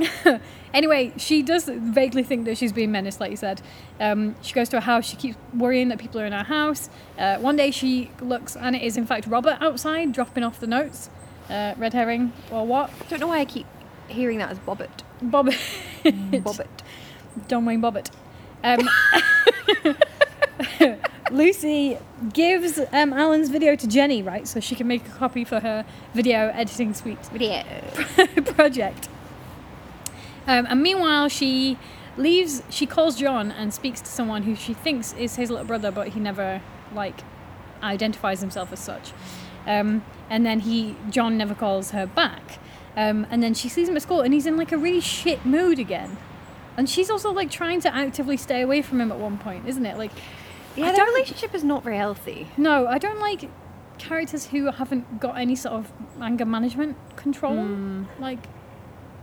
Speaker 1: not?
Speaker 2: scary.
Speaker 1: anyway, she does vaguely think that she's being menaced, like you said. Um, she goes to her house. She keeps worrying that people are in her house. Uh, one day she looks, and it is in fact Robert outside dropping off the notes. Uh, red herring or what?
Speaker 2: Don't know why I keep hearing that as Bobbit.
Speaker 1: Bobbit.
Speaker 2: Bobbit.
Speaker 1: Don Wayne Bobbitt. Um, Lucy gives um, Alan's video to Jenny, right? So she can make a copy for her video editing suite.
Speaker 2: Video.
Speaker 1: project. Um, and meanwhile, she leaves. She calls John and speaks to someone who she thinks is his little brother, but he never like identifies himself as such. Um, and then he, John, never calls her back. Um, and then she sees him at school, and he's in like a really shit mood again. And she's also like trying to actively stay away from him at one point, isn't it? Like, I
Speaker 2: Yeah, their
Speaker 1: don't-
Speaker 2: relationship is not very healthy.
Speaker 1: no, I don't like characters who haven't got any sort of anger management control.
Speaker 2: Hmm.
Speaker 1: Like,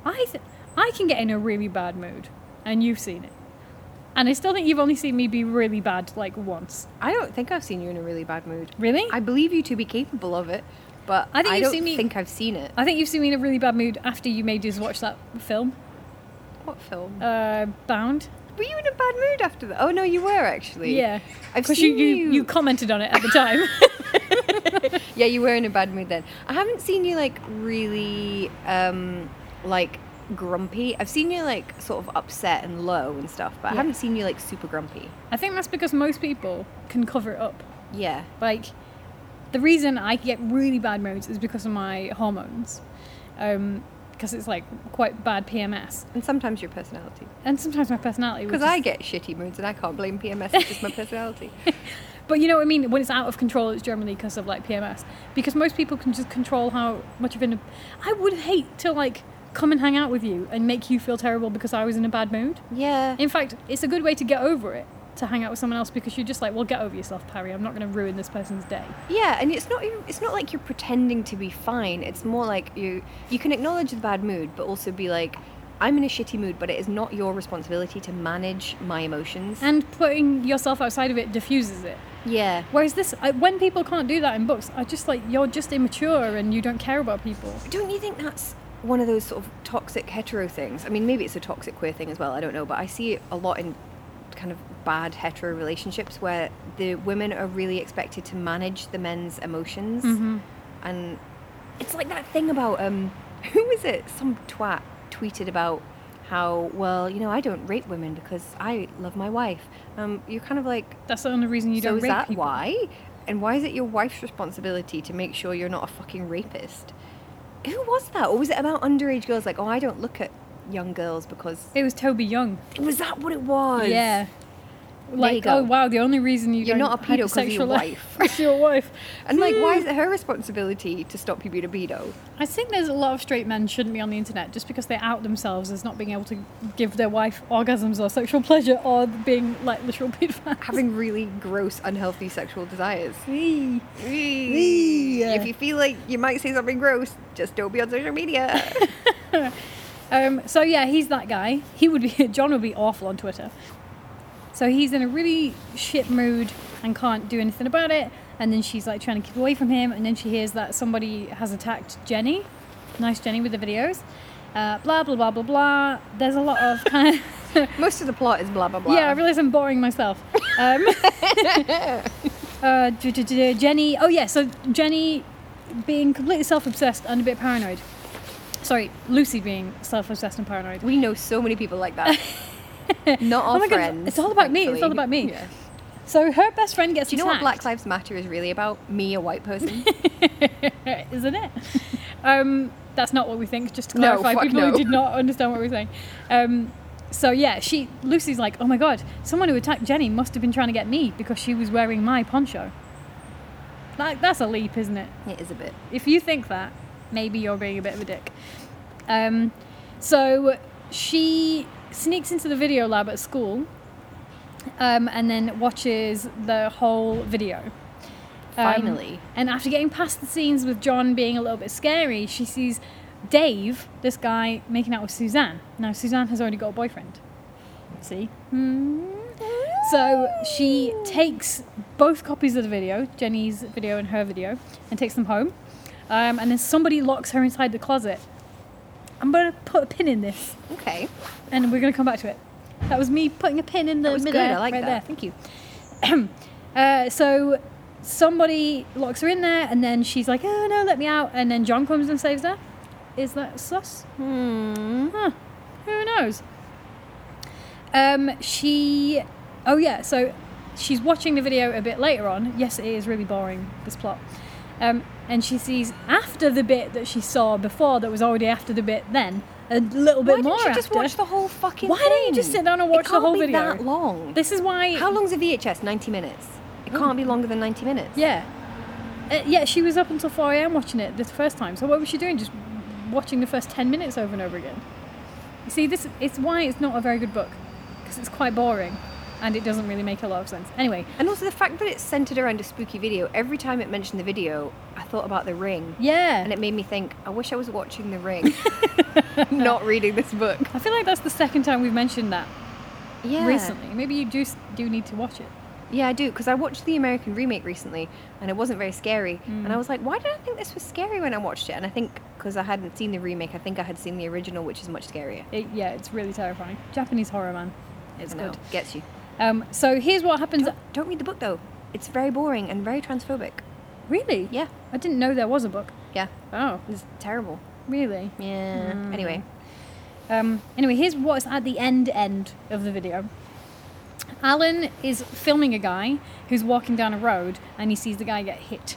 Speaker 1: I th- I can get in a really bad mood, and you've seen it, and I still think you've only seen me be really bad like once.
Speaker 2: I don't think I've seen you in a really bad mood.
Speaker 1: Really?
Speaker 2: I believe you to be capable of it, but I,
Speaker 1: I think you've
Speaker 2: don't
Speaker 1: seen me-
Speaker 2: think I've seen it.
Speaker 1: I think you've seen me in a really bad mood after you made us watch that film,
Speaker 2: What film?
Speaker 1: uh, Bound.
Speaker 2: were you in a bad mood after that? Oh no, you were actually.
Speaker 1: Yeah,
Speaker 2: I've
Speaker 1: because you,
Speaker 2: seen
Speaker 1: you
Speaker 2: you-
Speaker 1: you commented on it at the time.
Speaker 2: Yeah, you were in a bad mood then. I haven't seen you like really um like grumpy. I've seen you like sort of upset and low and stuff, but I
Speaker 1: Yeah.
Speaker 2: haven't seen you like super grumpy.
Speaker 1: I think that's because most people can cover it up.
Speaker 2: Yeah.
Speaker 1: Like, the reason I get really bad moods is because of my hormones. Because because Um, it's like quite bad PMS.
Speaker 2: And sometimes your personality.
Speaker 1: And sometimes my personality. which
Speaker 2: Because
Speaker 1: is-
Speaker 2: I get shitty moods and I can't blame PMS, it's just my personality.
Speaker 1: But you know what I mean? When it's out of control, it's generally because of like PMS. Because most people can just control how much of an. I would hate to like come and hang out with you and make you feel terrible because I was in a bad mood.
Speaker 2: Yeah.
Speaker 1: In fact, it's a good way to get over it to hang out with someone else because you're just like, well, get over yourself, Parry. I'm not going to ruin this person's day.
Speaker 2: Yeah, and it's not even- it's not like you're pretending to be fine. It's more like you you can acknowledge the bad mood, but also be like, I'm in a shitty mood, but it is not your responsibility to manage my emotions.
Speaker 1: And putting yourself outside of it diffuses it.
Speaker 2: yeah.
Speaker 1: Whereas this, I, when people can't do that in books, I just like you're just immature and you don't care about people.
Speaker 2: Don't you think that's one of those sort of toxic hetero things? I mean, maybe it's a toxic queer thing as well. I don't know, but I see it a lot in kind of bad hetero relationships where the women are really expected to manage the men's emotions, and it's like that thing about um, who was it? Some twat tweeted about how well you know I don't rape women because I love my wife. Um, you're kind of like
Speaker 1: That's the only reason you
Speaker 2: so
Speaker 1: don't
Speaker 2: is
Speaker 1: rape
Speaker 2: that
Speaker 1: people.
Speaker 2: why? And why is it your wife's responsibility to make sure you're not a fucking rapist? Who was that? Or was it about underage girls? Like, oh, I don't look at young girls because
Speaker 1: It was Toby Young.
Speaker 2: was that what it was?
Speaker 1: Yeah.
Speaker 2: There you
Speaker 1: Like,
Speaker 2: go.
Speaker 1: oh wow, the only reason you
Speaker 2: You're
Speaker 1: don't
Speaker 2: not a pedo 'cause of your
Speaker 1: hypersexuali-
Speaker 2: wife.
Speaker 1: it's your wife.
Speaker 2: And like, why
Speaker 1: Hmm.
Speaker 2: is it her responsibility to stop you being a pedo?
Speaker 1: I think there's a lot of straight men shouldn't be on the internet just because they out themselves as not being able to give their wife orgasms or sexual pleasure or being like literal pedophiles.
Speaker 2: Having really gross, unhealthy sexual desires.
Speaker 1: Eee.
Speaker 2: If you feel like you might say something gross, just don't be on social media.
Speaker 1: Um, so yeah, he's that guy. He would be John would be awful on Twitter. So he's in a really shit mood and can't do anything about it. And then she's like trying to keep away from him. And then she hears that somebody has attacked Jenny. Nice Jenny with the videos. Uh, blah blah blah blah blah. There's a lot of kind of
Speaker 2: Most of the plot is blah blah blah.
Speaker 1: yeah. I realize I'm boring myself. Um, uh, j- j- j- Jenny. Oh yeah. So Jenny being completely self-obsessed and a bit paranoid. Sorry, Lucy being self-obsessed and paranoid.
Speaker 2: we know so many people like that. Not
Speaker 1: Oh
Speaker 2: our
Speaker 1: my God,
Speaker 2: friends.
Speaker 1: it's all about me, it's all
Speaker 2: thankfully.
Speaker 1: about me.
Speaker 2: Yeah.
Speaker 1: So her best friend gets
Speaker 2: Do you know what
Speaker 1: attacked,
Speaker 2: Black Lives Matter is really about? Me, a white person.
Speaker 1: isn't it? um, that's not what we think. Just to
Speaker 2: No,
Speaker 1: clarify,
Speaker 2: fuck
Speaker 1: people
Speaker 2: no.
Speaker 1: who did not understand what we were saying. Um, so yeah, she Lucy's like, oh my god, someone who attacked Jenny must have been trying to get me because she was wearing my poncho. Like that's a leap, isn't it?
Speaker 2: it is a bit.
Speaker 1: If you think that, maybe you're being a bit of a dick. Um, so she sneaks into the video lab at school um, and then watches the whole video. Um,
Speaker 2: Finally.
Speaker 1: and after getting past the scenes with John being a little bit scary, she sees Dave, this guy, making out with Suzanne. Now, Suzanne has already got a boyfriend. Hmm. See? Mm-hmm. So she takes both copies of the video, Jenny's video and her video, and takes them home. Um, and then somebody locks her inside the closet. I'm going to put a pin in this
Speaker 2: Okay.
Speaker 1: and we're going to come back to it. That was me putting a pin in the
Speaker 2: That was
Speaker 1: middle
Speaker 2: good, I like
Speaker 1: right
Speaker 2: that.
Speaker 1: there. Thank you. uh, so somebody locks her in there, and then she's like, "Oh no, let me out!" And then John comes and saves her. Is that sus?
Speaker 2: Hmm.
Speaker 1: Huh. Who knows? Um, she. Oh yeah. So she's watching the video a bit later on. Yes, it is really boring this plot. Um, and she sees after the bit that she saw before that was already after the bit then a little bit
Speaker 2: Why didn't
Speaker 1: more
Speaker 2: you just
Speaker 1: after.
Speaker 2: watch the whole fucking
Speaker 1: Why don't you just
Speaker 2: thing?
Speaker 1: sit down and
Speaker 2: It
Speaker 1: watch the
Speaker 2: can't
Speaker 1: whole
Speaker 2: be
Speaker 1: video?
Speaker 2: that long.
Speaker 1: This is why.
Speaker 2: How long's a VHS? 90 minutes. It can't be longer than 90 minutes.
Speaker 1: Yeah. Uh, yeah, she was up until 4 a.m. watching it the first time. So what was she doing? Just watching the first 10 minutes over and over again. You see, this it's why it's not a very good book because it's quite boring and it doesn't really make a lot of sense. Anyway,
Speaker 2: And also the fact that it's centered around a spooky video. Every time it mentioned the video, I thought about The Ring.
Speaker 1: yeah.
Speaker 2: And it made me think, I wish I was watching The Ring, not reading this book.
Speaker 1: I feel like that's the second time we've mentioned that
Speaker 2: Yeah.
Speaker 1: recently. Maybe you do s- do need to watch it.
Speaker 2: Yeah, I do, because I watched the American remake recently and it wasn't very scary. And I was like, why did I think this was scary when I watched it? And I think because I hadn't seen the remake, I think I had seen the original, which is much scarier.
Speaker 1: it. Yeah, it's really terrifying. Japanese horror, man. It's
Speaker 2: I know,
Speaker 1: good.
Speaker 2: Gets you.
Speaker 1: Um, so here's what happens.
Speaker 2: Don't, don't read the book, though. It's very boring and very transphobic.
Speaker 1: Really?
Speaker 2: Yeah,
Speaker 1: I didn't know there was a book.
Speaker 2: yeah.
Speaker 1: Oh,
Speaker 2: It's terrible.
Speaker 1: really?
Speaker 2: Yeah. Mm. Anyway,
Speaker 1: Um, anyway, here's what's at the end end of the video. Alan is filming a guy who's walking down a road and he sees the guy get hit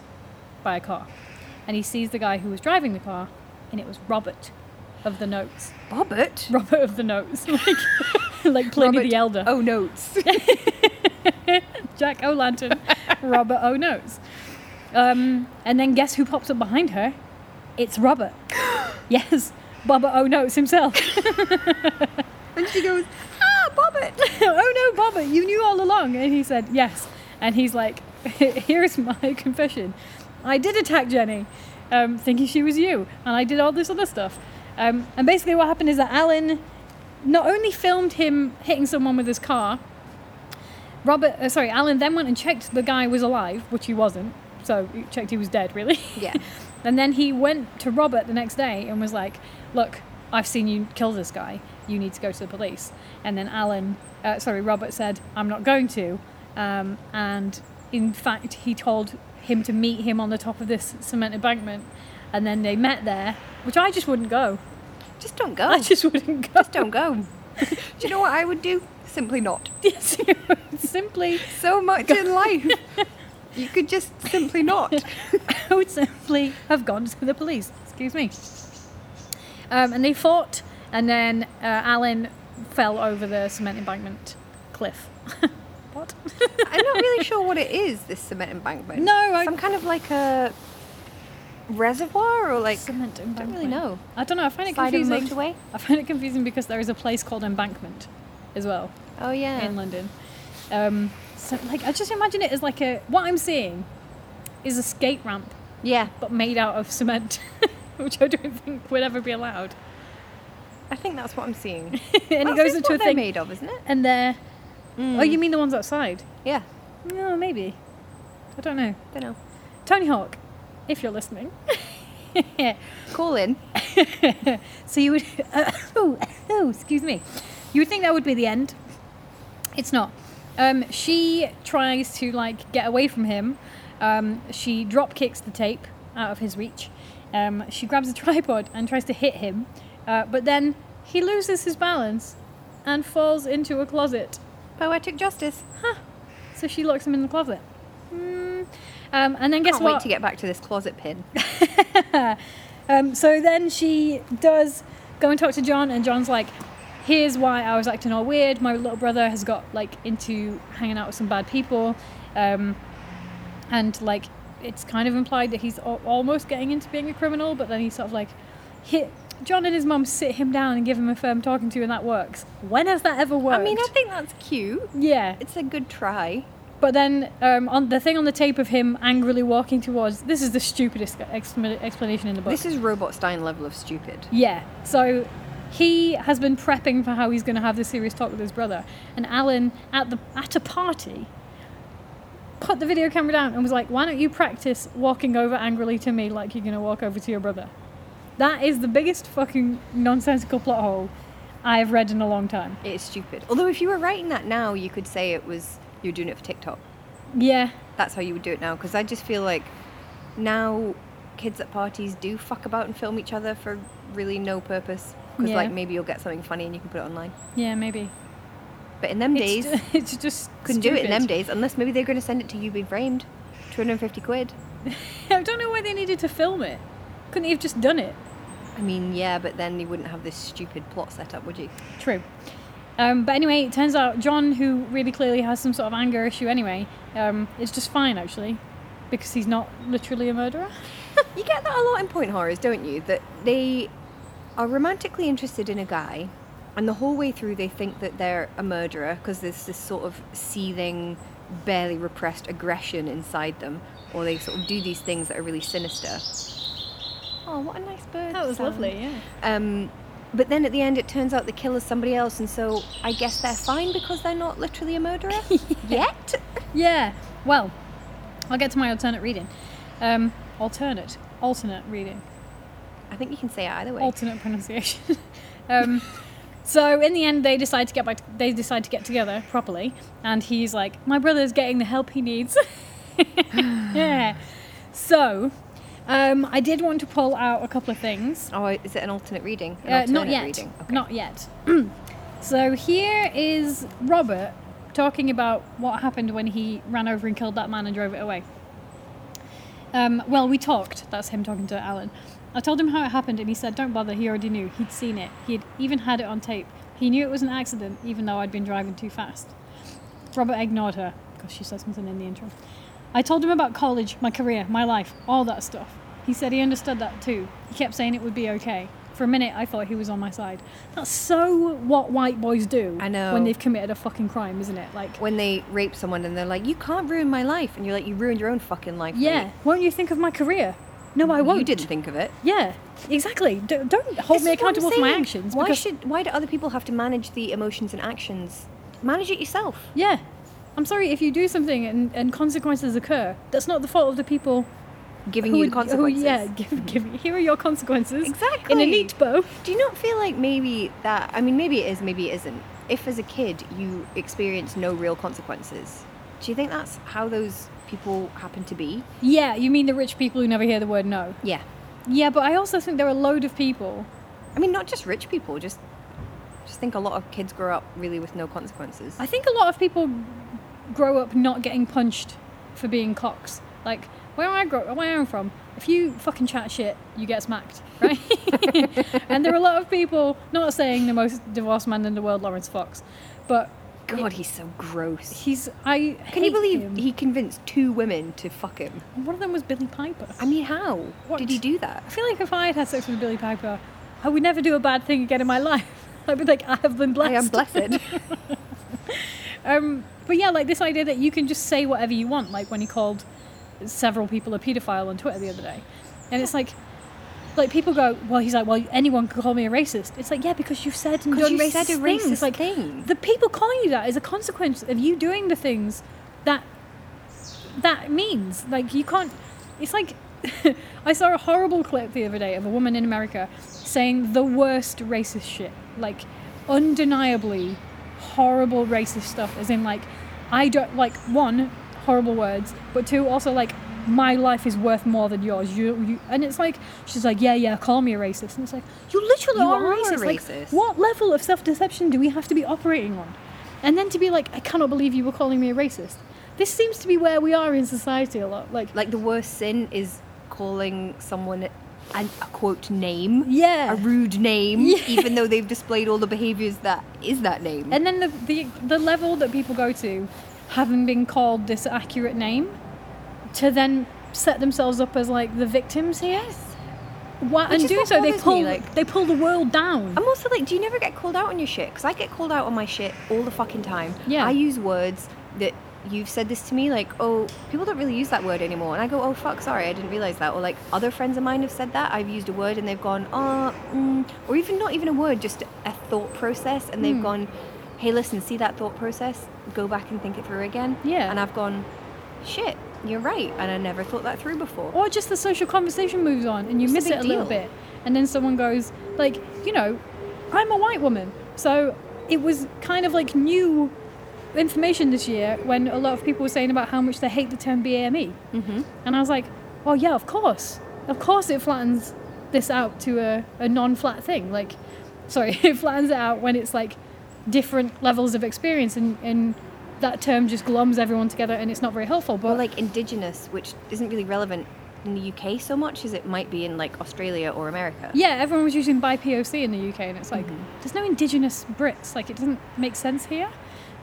Speaker 1: by a car. And he sees the guy who was driving the car and it was Robert. of the Notes.
Speaker 2: Bobbert?
Speaker 1: Robert of the Notes. Like, like Pliny
Speaker 2: Robert
Speaker 1: the Elder.
Speaker 2: Oh, notes.
Speaker 1: Jack O'Lantern, Robert O'Nose. Um, and then guess who pops up behind her? It's Robert. yes, Bubba O'Nose himself.
Speaker 2: and she goes, ah, Bobbert.
Speaker 1: oh no, Bubba, you knew all along. And he said, yes. And he's like, here's my confession. I did attack Jenny, um, thinking she was you. And I did all this other stuff. Um, and basically, what happened is that Alan not only filmed him hitting someone with his car, Robert, uh, sorry, Alan then went and checked the guy was alive, which he wasn't. So he checked he was dead, really.
Speaker 2: Yeah.
Speaker 1: And then he went to Robert the next day and was like, "Look, I've seen you kill this guy. You need to go to the police." And then Alan, uh, sorry, Robert said, "I'm not going to." Um, and in fact, he told him to meet him on the top of this cement embankment. And then they met there, which I just wouldn't go.
Speaker 2: Just don't go.
Speaker 1: I
Speaker 2: Oh. Just
Speaker 1: just wouldn't go.
Speaker 2: don't go. Do you know what I would do? Simply not.
Speaker 1: simply,
Speaker 2: So much in life. You could just simply not.
Speaker 1: I would simply have gone to the police. Excuse me. Um, and they fought, and then uh, Alan fell over the cement embankment cliff. what?
Speaker 2: I'm not really sure what it is, this cement embankment.
Speaker 1: No, I-
Speaker 2: Some kind of like a reservoir or like.
Speaker 1: cement embankment.
Speaker 2: don't really know.
Speaker 1: I don't know. I find it
Speaker 2: Side of
Speaker 1: confusing.
Speaker 2: motorway?
Speaker 1: I find it confusing because there is a place called Embankment, as well.
Speaker 2: Oh, yeah.
Speaker 1: in London. Um, so like I just imagine it as like a what I'm seeing is a skate ramp
Speaker 2: Yeah.
Speaker 1: but made out of cement, which I don't think would ever be allowed.
Speaker 2: I think that's what I'm seeing.
Speaker 1: and it
Speaker 2: That's
Speaker 1: goes
Speaker 2: just
Speaker 1: into
Speaker 2: what
Speaker 1: a
Speaker 2: they're
Speaker 1: thing,
Speaker 2: made of, isn't it?
Speaker 1: and they're oh, you mean the ones outside?
Speaker 2: Yeah.
Speaker 1: No, maybe. I don't know.
Speaker 2: Don't know.
Speaker 1: Tony Hawk, if you're listening.
Speaker 2: Call in.
Speaker 1: so you would, oh, oh, excuse me. You would think that would be the end. It's not. Um, she tries to like get away from him. Um, she drop kicks the tape out of his reach. Um, she grabs a tripod and tries to hit him, uh, but then he loses his balance and falls into a closet.
Speaker 2: Poetic justice.
Speaker 1: So she locks him in the closet. Mm. Um, and then guess
Speaker 2: Can't
Speaker 1: what?
Speaker 2: wait to get back to this closet pin.
Speaker 1: Um, so then she does go and talk to John, and John's like, "Here's why I was acting all weird. My little brother has got like into hanging out with some bad people, um, and like it's kind of implied that he's al- almost getting into being a criminal, but then he's sort of like hit." John and his mum sit him down and give him a firm talking to, and that works. When has that ever worked?
Speaker 2: I mean, I think that's cute.
Speaker 1: yeah.
Speaker 2: It's a good try.
Speaker 1: But then um, on the thing on the tape of him angrily walking towards this is the stupidest expla- explanation in the book.
Speaker 2: This is Robot Stein level of stupid.
Speaker 1: Yeah. So he has been prepping for how he's going to have this serious talk with his brother, and Alan at the at a party put the video camera down and was like, "Why don't you practice walking over angrily to me like you're going to walk over to your brother?" That is the biggest fucking nonsensical plot hole I have read in a long time.
Speaker 2: It is stupid. Although, if you were writing that now, you could say it was you're doing it for TikTok.
Speaker 1: Yeah.
Speaker 2: That's how you would do it now. Because I just feel like now kids at parties do fuck about and film each other for really no purpose. Because
Speaker 1: Yeah.
Speaker 2: like maybe you'll get something funny and you can put it online.
Speaker 1: Yeah, maybe.
Speaker 2: But in them days,
Speaker 1: It's, it's just
Speaker 2: couldn't do it in them
Speaker 1: stupid.
Speaker 2: days unless maybe they're going to send it to you being framed. 250 quid.
Speaker 1: I don't know why they needed to film it. Couldn't he have just done it?
Speaker 2: I mean, yeah, but then you wouldn't have this stupid plot set up, would you?
Speaker 1: True. Um, but anyway, it turns out John, who really clearly has some sort of anger issue anyway, um, is just fine actually, because he's not literally a murderer.
Speaker 2: You get that a lot in point horrors, don't you? That they are romantically interested in a guy, and the whole way through they think that they're a murderer because there's this sort of seething, barely repressed aggression inside them, or they sort of do these things that are really sinister. Oh, what a nice bird!
Speaker 1: That was
Speaker 2: sound.
Speaker 1: lovely, yeah.
Speaker 2: Um, but then at the end, it turns out the killer's somebody else, and so I guess they're fine because they're not literally a murderer yet.
Speaker 1: Yeah. Well, I'll get to my alternate reading. Um, alternate, alternate reading,
Speaker 2: I think you can say it either way.
Speaker 1: alternate pronunciation. um, so in the end, they decide to get back. they decide to get together properly, and he's like, "My brother's getting the help he needs." yeah. So, um, I did want to pull out a couple of things.
Speaker 2: oh, is it an alternate reading? An
Speaker 1: Uh, not
Speaker 2: alternate
Speaker 1: yet.
Speaker 2: reading.
Speaker 1: Not yet. so here is Robert talking about what happened when he ran over and killed that man and drove it away. Um, well, we talked. That's him talking to Alan. I told him how it happened, and he said, Don't bother, he already knew. He'd seen it. He'd even had it on tape. He knew it was an accident, even though I'd been driving too fast. Robert ignored her, because she said something in the intro. I told him about college, my career, my life, all that stuff. He said he understood that too. He kept saying it would be okay. For a minute, I thought he was on my side. That's so what white boys do.
Speaker 2: I know.
Speaker 1: When they've committed a fucking crime, isn't it? Like,
Speaker 2: When they rape someone and they're like, "You can't ruin my life," and you're like, "You ruined your own fucking life." mate."
Speaker 1: yeah, won't you think of my career? No, I won't.
Speaker 2: You didn't think of it.
Speaker 1: Yeah, exactly. Don't, don't hold
Speaker 2: This
Speaker 1: me
Speaker 2: is what I'm
Speaker 1: accountable for my
Speaker 2: saying.
Speaker 1: actions.
Speaker 2: Why
Speaker 1: because-
Speaker 2: should? Why do other people have to manage the emotions and actions? Manage it yourself.
Speaker 1: Yeah. I'm sorry if you do something and, and consequences occur. That's not the fault of the people
Speaker 2: Giving
Speaker 1: who
Speaker 2: you
Speaker 1: would-
Speaker 2: the consequences.
Speaker 1: Who, yeah, give, give, here are your consequences. In
Speaker 2: Exactly.
Speaker 1: a neat bow.
Speaker 2: Do you not feel like maybe that? I mean, maybe it is, maybe it isn't. If as a kid you experience no real consequences, do you think that's how those people happen to be?
Speaker 1: Yeah, you mean the rich people who never hear the word no.
Speaker 2: Yeah.
Speaker 1: Yeah, but I also think there are a load of people.
Speaker 2: I mean, not just rich people. Just, just think a lot of kids grow up really with no consequences.
Speaker 1: I think a lot of people grow up not getting punched for being cocks. Like, where I grow where I'm from, if you fucking chat shit, you get smacked, right? and there are a lot of people not saying the most divorced man in the world, Lawrence Fox, but
Speaker 2: God, he's so gross.
Speaker 1: He's I
Speaker 2: Can you
Speaker 1: hate
Speaker 2: believe
Speaker 1: him.
Speaker 2: he convinced two women to fuck him?
Speaker 1: one of them was Billy Piper.
Speaker 2: I mean, how
Speaker 1: What?
Speaker 2: did he do that?
Speaker 1: I feel like if I had had sex with Billy Piper, I would never do a bad thing again in my life. I'd be like, I have been blessed.
Speaker 2: I am blessed.
Speaker 1: Um, but yeah, like this idea that you can just say whatever you want, like when he called several people a paedophile on Twitter the other day, and it's like. Like people go, well, he's like, well, anyone can call me a racist. It's like, yeah, because you've said and
Speaker 2: 'Cause
Speaker 1: done
Speaker 2: you
Speaker 1: racist
Speaker 2: said a
Speaker 1: things.
Speaker 2: racist
Speaker 1: like,
Speaker 2: thing.
Speaker 1: The people calling you that is a consequence of you doing the things that that means. Like you can't. It's like I saw a horrible clip the other day of a woman in America saying the worst racist shit, like undeniably horrible racist stuff. As in, like I don't like one horrible words, but two also like my life is worth more than yours. You, you and it's like she's like, yeah, yeah, call me a racist, and it's like you literally
Speaker 2: You
Speaker 1: are,
Speaker 2: are
Speaker 1: a
Speaker 2: a
Speaker 1: racist. Like,
Speaker 2: racist.
Speaker 1: what level of self-deception do we have to be operating on? And then to be like, I cannot believe you were calling me a racist. This seems to be where we are in society a lot. Like,
Speaker 2: like the worst sin is calling someone an, a quote name
Speaker 1: Yeah.
Speaker 2: a rude name
Speaker 1: Yeah.
Speaker 2: even though they've displayed all the behaviors that is that name
Speaker 1: and then the, the the level that people go to, having been called this accurate name, to then set themselves up as like the victims here. Why, and
Speaker 2: Which is
Speaker 1: doing
Speaker 2: what
Speaker 1: so, they
Speaker 2: bothers me,
Speaker 1: pull
Speaker 2: like-
Speaker 1: they pull the world down.
Speaker 2: i'm also like do you never get called out on your shit because i get called out on my shit all the fucking time
Speaker 1: Yeah.
Speaker 2: i use words that you've said this to me like oh people don't really use that word anymore and i go oh fuck sorry i didn't realize that or like other friends of mine have said that i've used a word and they've gone oh mm, or even not even a word just a thought process and
Speaker 1: Mm.
Speaker 2: they've gone hey listen see that thought process go back and think it through again
Speaker 1: Yeah.
Speaker 2: and i've gone shit you're right and i never thought that through before
Speaker 1: or just the social conversation moves on and you miss
Speaker 2: What's the
Speaker 1: it a
Speaker 2: big
Speaker 1: little
Speaker 2: deal?
Speaker 1: bit and then someone goes like you know i'm a white woman so it was kind of like new information this year when a lot of people were saying about how much they hate the term bame mm-hmm. and i was like well yeah of course of course it flattens this out to a, a non-flat thing like sorry it flattens it out when it's like different levels of experience and, and that term just glums everyone together and it's not very helpful but
Speaker 2: or like indigenous which isn't really relevant in the uk so much as it might be in like australia or america
Speaker 1: Yeah, everyone was using by POC in the UK, and it's like
Speaker 2: Mm-hmm.
Speaker 1: there's no indigenous Brits. Like it doesn't make sense here,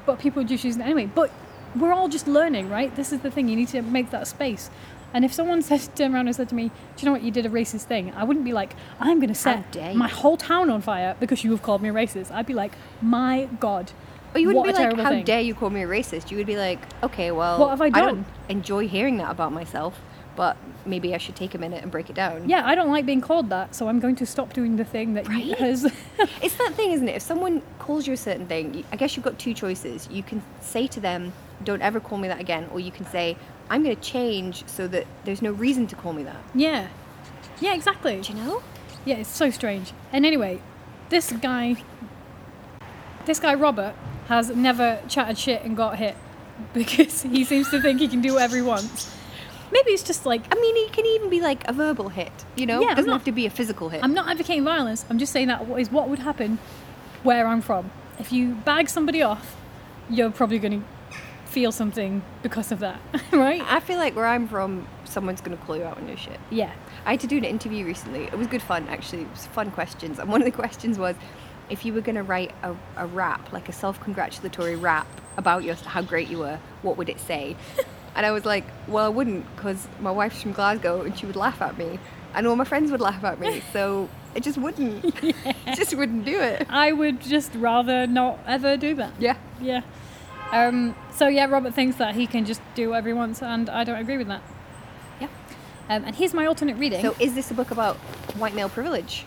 Speaker 1: but people are just using it anyway. But we're all just learning, right? This is the thing. You need to make that space. And if someone said turned around and said to me, "Do you know what you did a racist thing?" I wouldn't be like, "I'm going to
Speaker 2: How
Speaker 1: set
Speaker 2: dare
Speaker 1: my
Speaker 2: you."
Speaker 1: whole town on fire because you have called me a racist." I'd be like, "My God."
Speaker 2: Or you wouldn't
Speaker 1: what a
Speaker 2: be like,
Speaker 1: terrible
Speaker 2: how
Speaker 1: thing."
Speaker 2: dare you call me a racist? You would be like, okay, well,
Speaker 1: What have I done?
Speaker 2: don't enjoy hearing that about myself, but maybe I should take a minute and break it down.
Speaker 1: Yeah, I don't like being called that, so I'm going to stop doing the thing that
Speaker 2: Right?
Speaker 1: has.
Speaker 2: It's that thing, isn't it? If someone calls you a certain thing, you- I guess you've got two choices. You can say to them, don't ever call me that again, or you can say, I'm going to change so that there's no reason to call me that.
Speaker 1: yeah, yeah, exactly.
Speaker 2: Do you know?
Speaker 1: Yeah, it's so strange. And anyway, this guy, this guy Robert, has never chatted shit and got hit because he seems to think he can do whatever he wants. Maybe it's just like
Speaker 2: I mean, it can even be like a verbal hit, you know?
Speaker 1: Yeah, I'm
Speaker 2: it doesn't
Speaker 1: not-
Speaker 2: have to be a physical hit.
Speaker 1: I'm not advocating violence. I'm just saying that what is what would happen where I'm from. If you bag somebody off, you're probably going to feel something because of that, right?
Speaker 2: I feel like where I'm from, someone's going to call you out on your shit.
Speaker 1: Yeah.
Speaker 2: I had to do an interview recently. It was good fun, actually. It was fun questions. And one of the questions was if you were going to write a, a rap, like a self congratulatory rap about your, how great you were, what would it say? And I was like, well, I wouldn't because my wife's from Glasgow and she would laugh at me. And all my friends would laugh at me. So I just wouldn't. just wouldn't do it.
Speaker 1: I would just rather not ever do that.
Speaker 2: Yeah.
Speaker 1: Yeah. Um, so yeah, Robert thinks that he can just do whatever he wants, and I don't agree with that.
Speaker 2: Yeah.
Speaker 1: Um, and here's my alternate reading.
Speaker 2: So is this a book about white male privilege?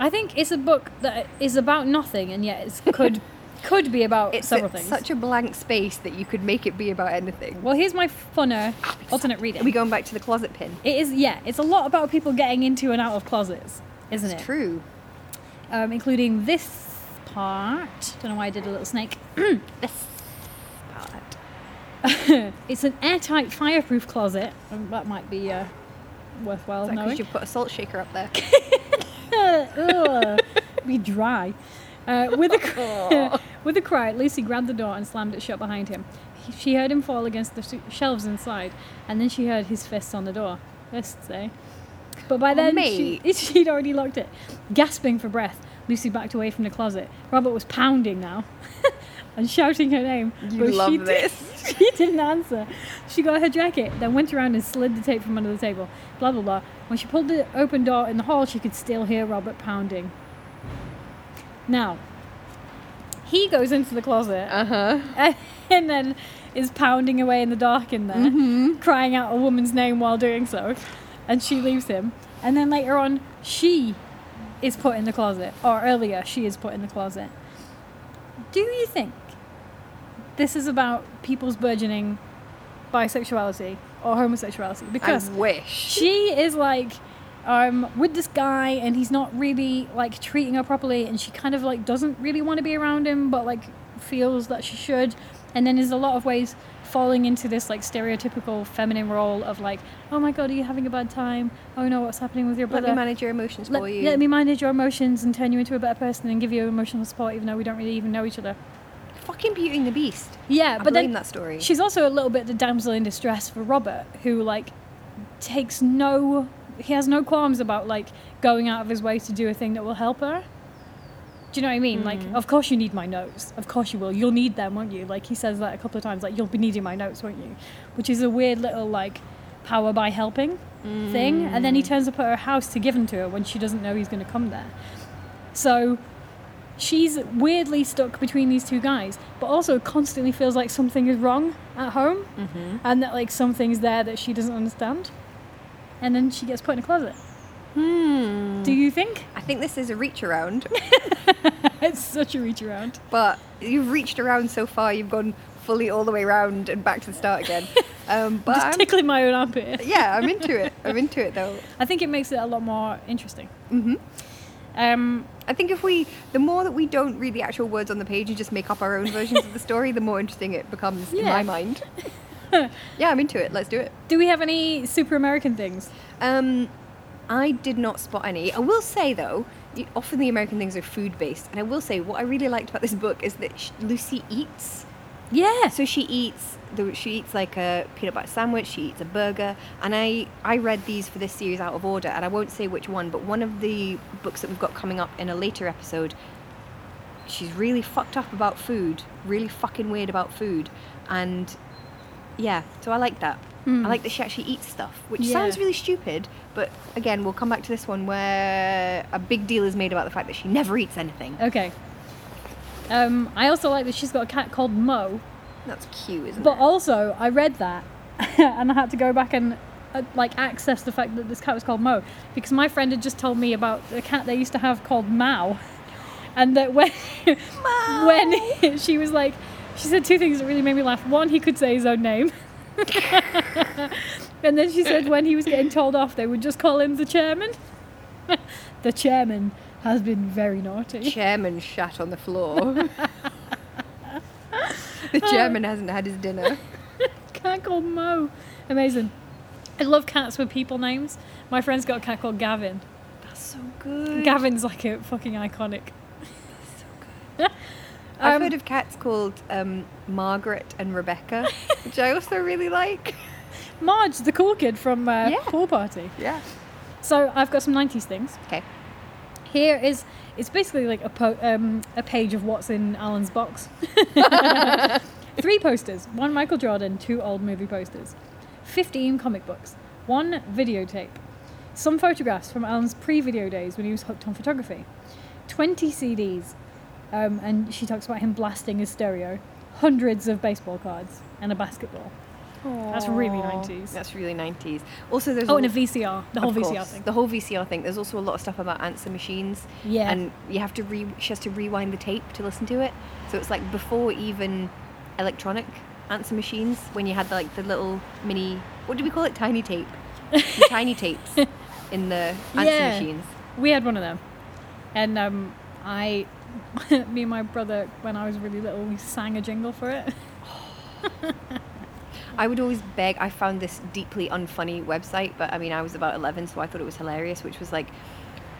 Speaker 1: I think it's a book that is about nothing, and yet it could could be about
Speaker 2: It's
Speaker 1: several
Speaker 2: it's
Speaker 1: things.
Speaker 2: such a blank space that you could make it be about anything.
Speaker 1: well, here's my funner alternate reading.
Speaker 2: Are we going back to the closet pin?
Speaker 1: It is yeah. It's a lot about people getting into and out of closets, isn't
Speaker 2: It's
Speaker 1: it?
Speaker 2: true.
Speaker 1: Um, including this part. Don't know why I did a little snake.
Speaker 2: This part.
Speaker 1: it's an airtight, fireproof closet. Um, That might be uh, worthwhile
Speaker 2: Is that
Speaker 1: knowing.
Speaker 2: because you put a salt shaker up there?
Speaker 1: Ugh, be dry. Uh, with a
Speaker 2: Oh,
Speaker 1: cr- with a cry, Lucy grabbed the door and slammed it shut behind him. He, she heard him fall against the su- shelves inside, and then she heard his fists on the door. Fists, eh? But
Speaker 2: Oh,
Speaker 1: by then, she, she'd already locked it. Gasping for breath, Lucy backed away from the closet. Robert was pounding now and shouting her name.
Speaker 2: You
Speaker 1: but
Speaker 2: love
Speaker 1: she
Speaker 2: this.
Speaker 1: Did, she didn't answer. She got her jacket, then went around and slid the tape from under the table. Blah, blah, blah. When she pulled the open door in the hall, she could still hear Robert pounding. Now, he goes into the closet
Speaker 2: Uh huh.
Speaker 1: and then is pounding away in the dark in there, crying out a woman's name while doing so, and she leaves him. And then later on, she is put in the closet, or earlier, she is put in the closet. Do you think this is about people's burgeoning bisexuality or homosexuality?
Speaker 2: I
Speaker 1: Because
Speaker 2: wish.
Speaker 1: she is like um, with this guy and he's not really like treating her properly and she kind of like doesn't really want to be around him but like feels that she should and then is a lot of ways falling into this like stereotypical feminine role of like oh my god are you having a bad time oh no what's happening with your
Speaker 2: Let
Speaker 1: brother
Speaker 2: me manage your emotions
Speaker 1: let,
Speaker 2: for you.
Speaker 1: let me manage your emotions and turn you into a better person and give you emotional support even though we don't really even know each other
Speaker 2: Fucking Beauty and the Beast.
Speaker 1: yeah
Speaker 2: I
Speaker 1: but
Speaker 2: blame
Speaker 1: then
Speaker 2: that story.
Speaker 1: She's also a little bit the damsel in distress for Robert, who like takes no, he has no qualms about like going out of his way to do a thing that will help her. Do you know what I mean? Like,
Speaker 2: Hmm.
Speaker 1: of course you need my notes. Of course you will. You'll need them, won't you? Like he says that a couple of times. Like you'll be needing my notes, won't you? Which is a weird little like power by helping thing. And then he
Speaker 2: Hmm.
Speaker 1: turns up at her house to give them to her when she doesn't know he's going to come there. So she's weirdly stuck between these two guys, but also constantly feels like something is wrong at home
Speaker 2: Mm-hmm.
Speaker 1: and that like something's there that she doesn't understand. And then she gets put in a closet.
Speaker 2: Hmm.
Speaker 1: Do you think?
Speaker 2: I think this is a reach around,
Speaker 1: It's such a reach around.
Speaker 2: but you've reached around so far, you've gone fully all the way around and back to the start again. Um, but
Speaker 1: Just
Speaker 2: I'm-
Speaker 1: tickling my own armpit.
Speaker 2: yeah, I'm into it. I'm into it though.
Speaker 1: I think it makes it a lot more interesting.
Speaker 2: hmm
Speaker 1: Um,
Speaker 2: I think if we, the more that we don't read the actual words on the page and just make up our own versions of the story, the more interesting it becomes in
Speaker 1: Yeah.
Speaker 2: my mind. yeah, I'm into it. Let's do it.
Speaker 1: do we have any super American things?
Speaker 2: Um, I did not spot any. I will say though, y- often the American things are food based, and I will say what I really liked about this book is that sh Lucy eats.
Speaker 1: Yeah.
Speaker 2: So she eats. The, she eats like a peanut butter sandwich. She eats a burger. And I I read these for this series out of order, and I won't say which one, but one of the books that we've got coming up in a later episode. She's really fucked up about food. Really fucking weird about food, and yeah. So I like that.
Speaker 1: Hmm.
Speaker 2: I like that she actually eats stuff, which
Speaker 1: Yeah.
Speaker 2: sounds really stupid. But again, we'll come back to this one where a big deal is made about the fact that she never eats anything.
Speaker 1: Okay. Um, I also like that she's got a cat called Mo,
Speaker 2: That's cute, isn't
Speaker 1: But
Speaker 2: it?
Speaker 1: also, I read that, and I had to go back and uh, like access the fact that this cat was called Mo because my friend had just told me about the cat they used to have called Mao, and that when when she was like, she said two things that really made me laugh. One, he could say his own name. and then she said when he was getting told off, they would just call him the chairman. the chairman has been very naughty.
Speaker 2: chairman shat on the floor. the chairman hasn't had his dinner.
Speaker 1: cat called Mo. Amazing. I love cats with people names. My friend's got a cat called Gavin.
Speaker 2: That's so good.
Speaker 1: Gavin's like a fucking iconic.
Speaker 2: I've
Speaker 1: Um,
Speaker 2: heard of cats called um, Margaret and Rebecca, which I also really like.
Speaker 1: Marge, the cool kid from uh,
Speaker 2: Yeah.
Speaker 1: Pool Party.
Speaker 2: Yeah.
Speaker 1: So I've got some 90s things.
Speaker 2: Okay.
Speaker 1: Here is, it's basically like a, po- um, a page of what's in Alan's box. Three posters one Michael Jordan, two old movie posters, 15 comic books, one videotape, some photographs from Alan's pre video days when he was hooked on photography, 20 CDs, um, and she talks about him blasting his stereo, hundreds of baseball cards, and a basketball. That's really
Speaker 2: Aw,
Speaker 1: 90s.
Speaker 2: That's really 90s. Also, there's
Speaker 1: Oh,
Speaker 2: a
Speaker 1: and a VCR, the whole
Speaker 2: Of
Speaker 1: VCR
Speaker 2: course,
Speaker 1: thing.
Speaker 2: The whole VCR thing. There's also a lot of stuff about answer machines.
Speaker 1: Yeah.
Speaker 2: And you have to re she has to rewind the tape to listen to it. So it's like before even electronic answer machines when you had like the little mini what do we call it? Tiny tape. The tiny tapes in the answer
Speaker 1: Yeah.
Speaker 2: machines.
Speaker 1: We had one of them, and um, I, me and my brother, when I was really little, we sang a jingle for it.
Speaker 2: I would always beg. I found this deeply unfunny website, but I mean, I was about 11, so I thought it was hilarious, which was like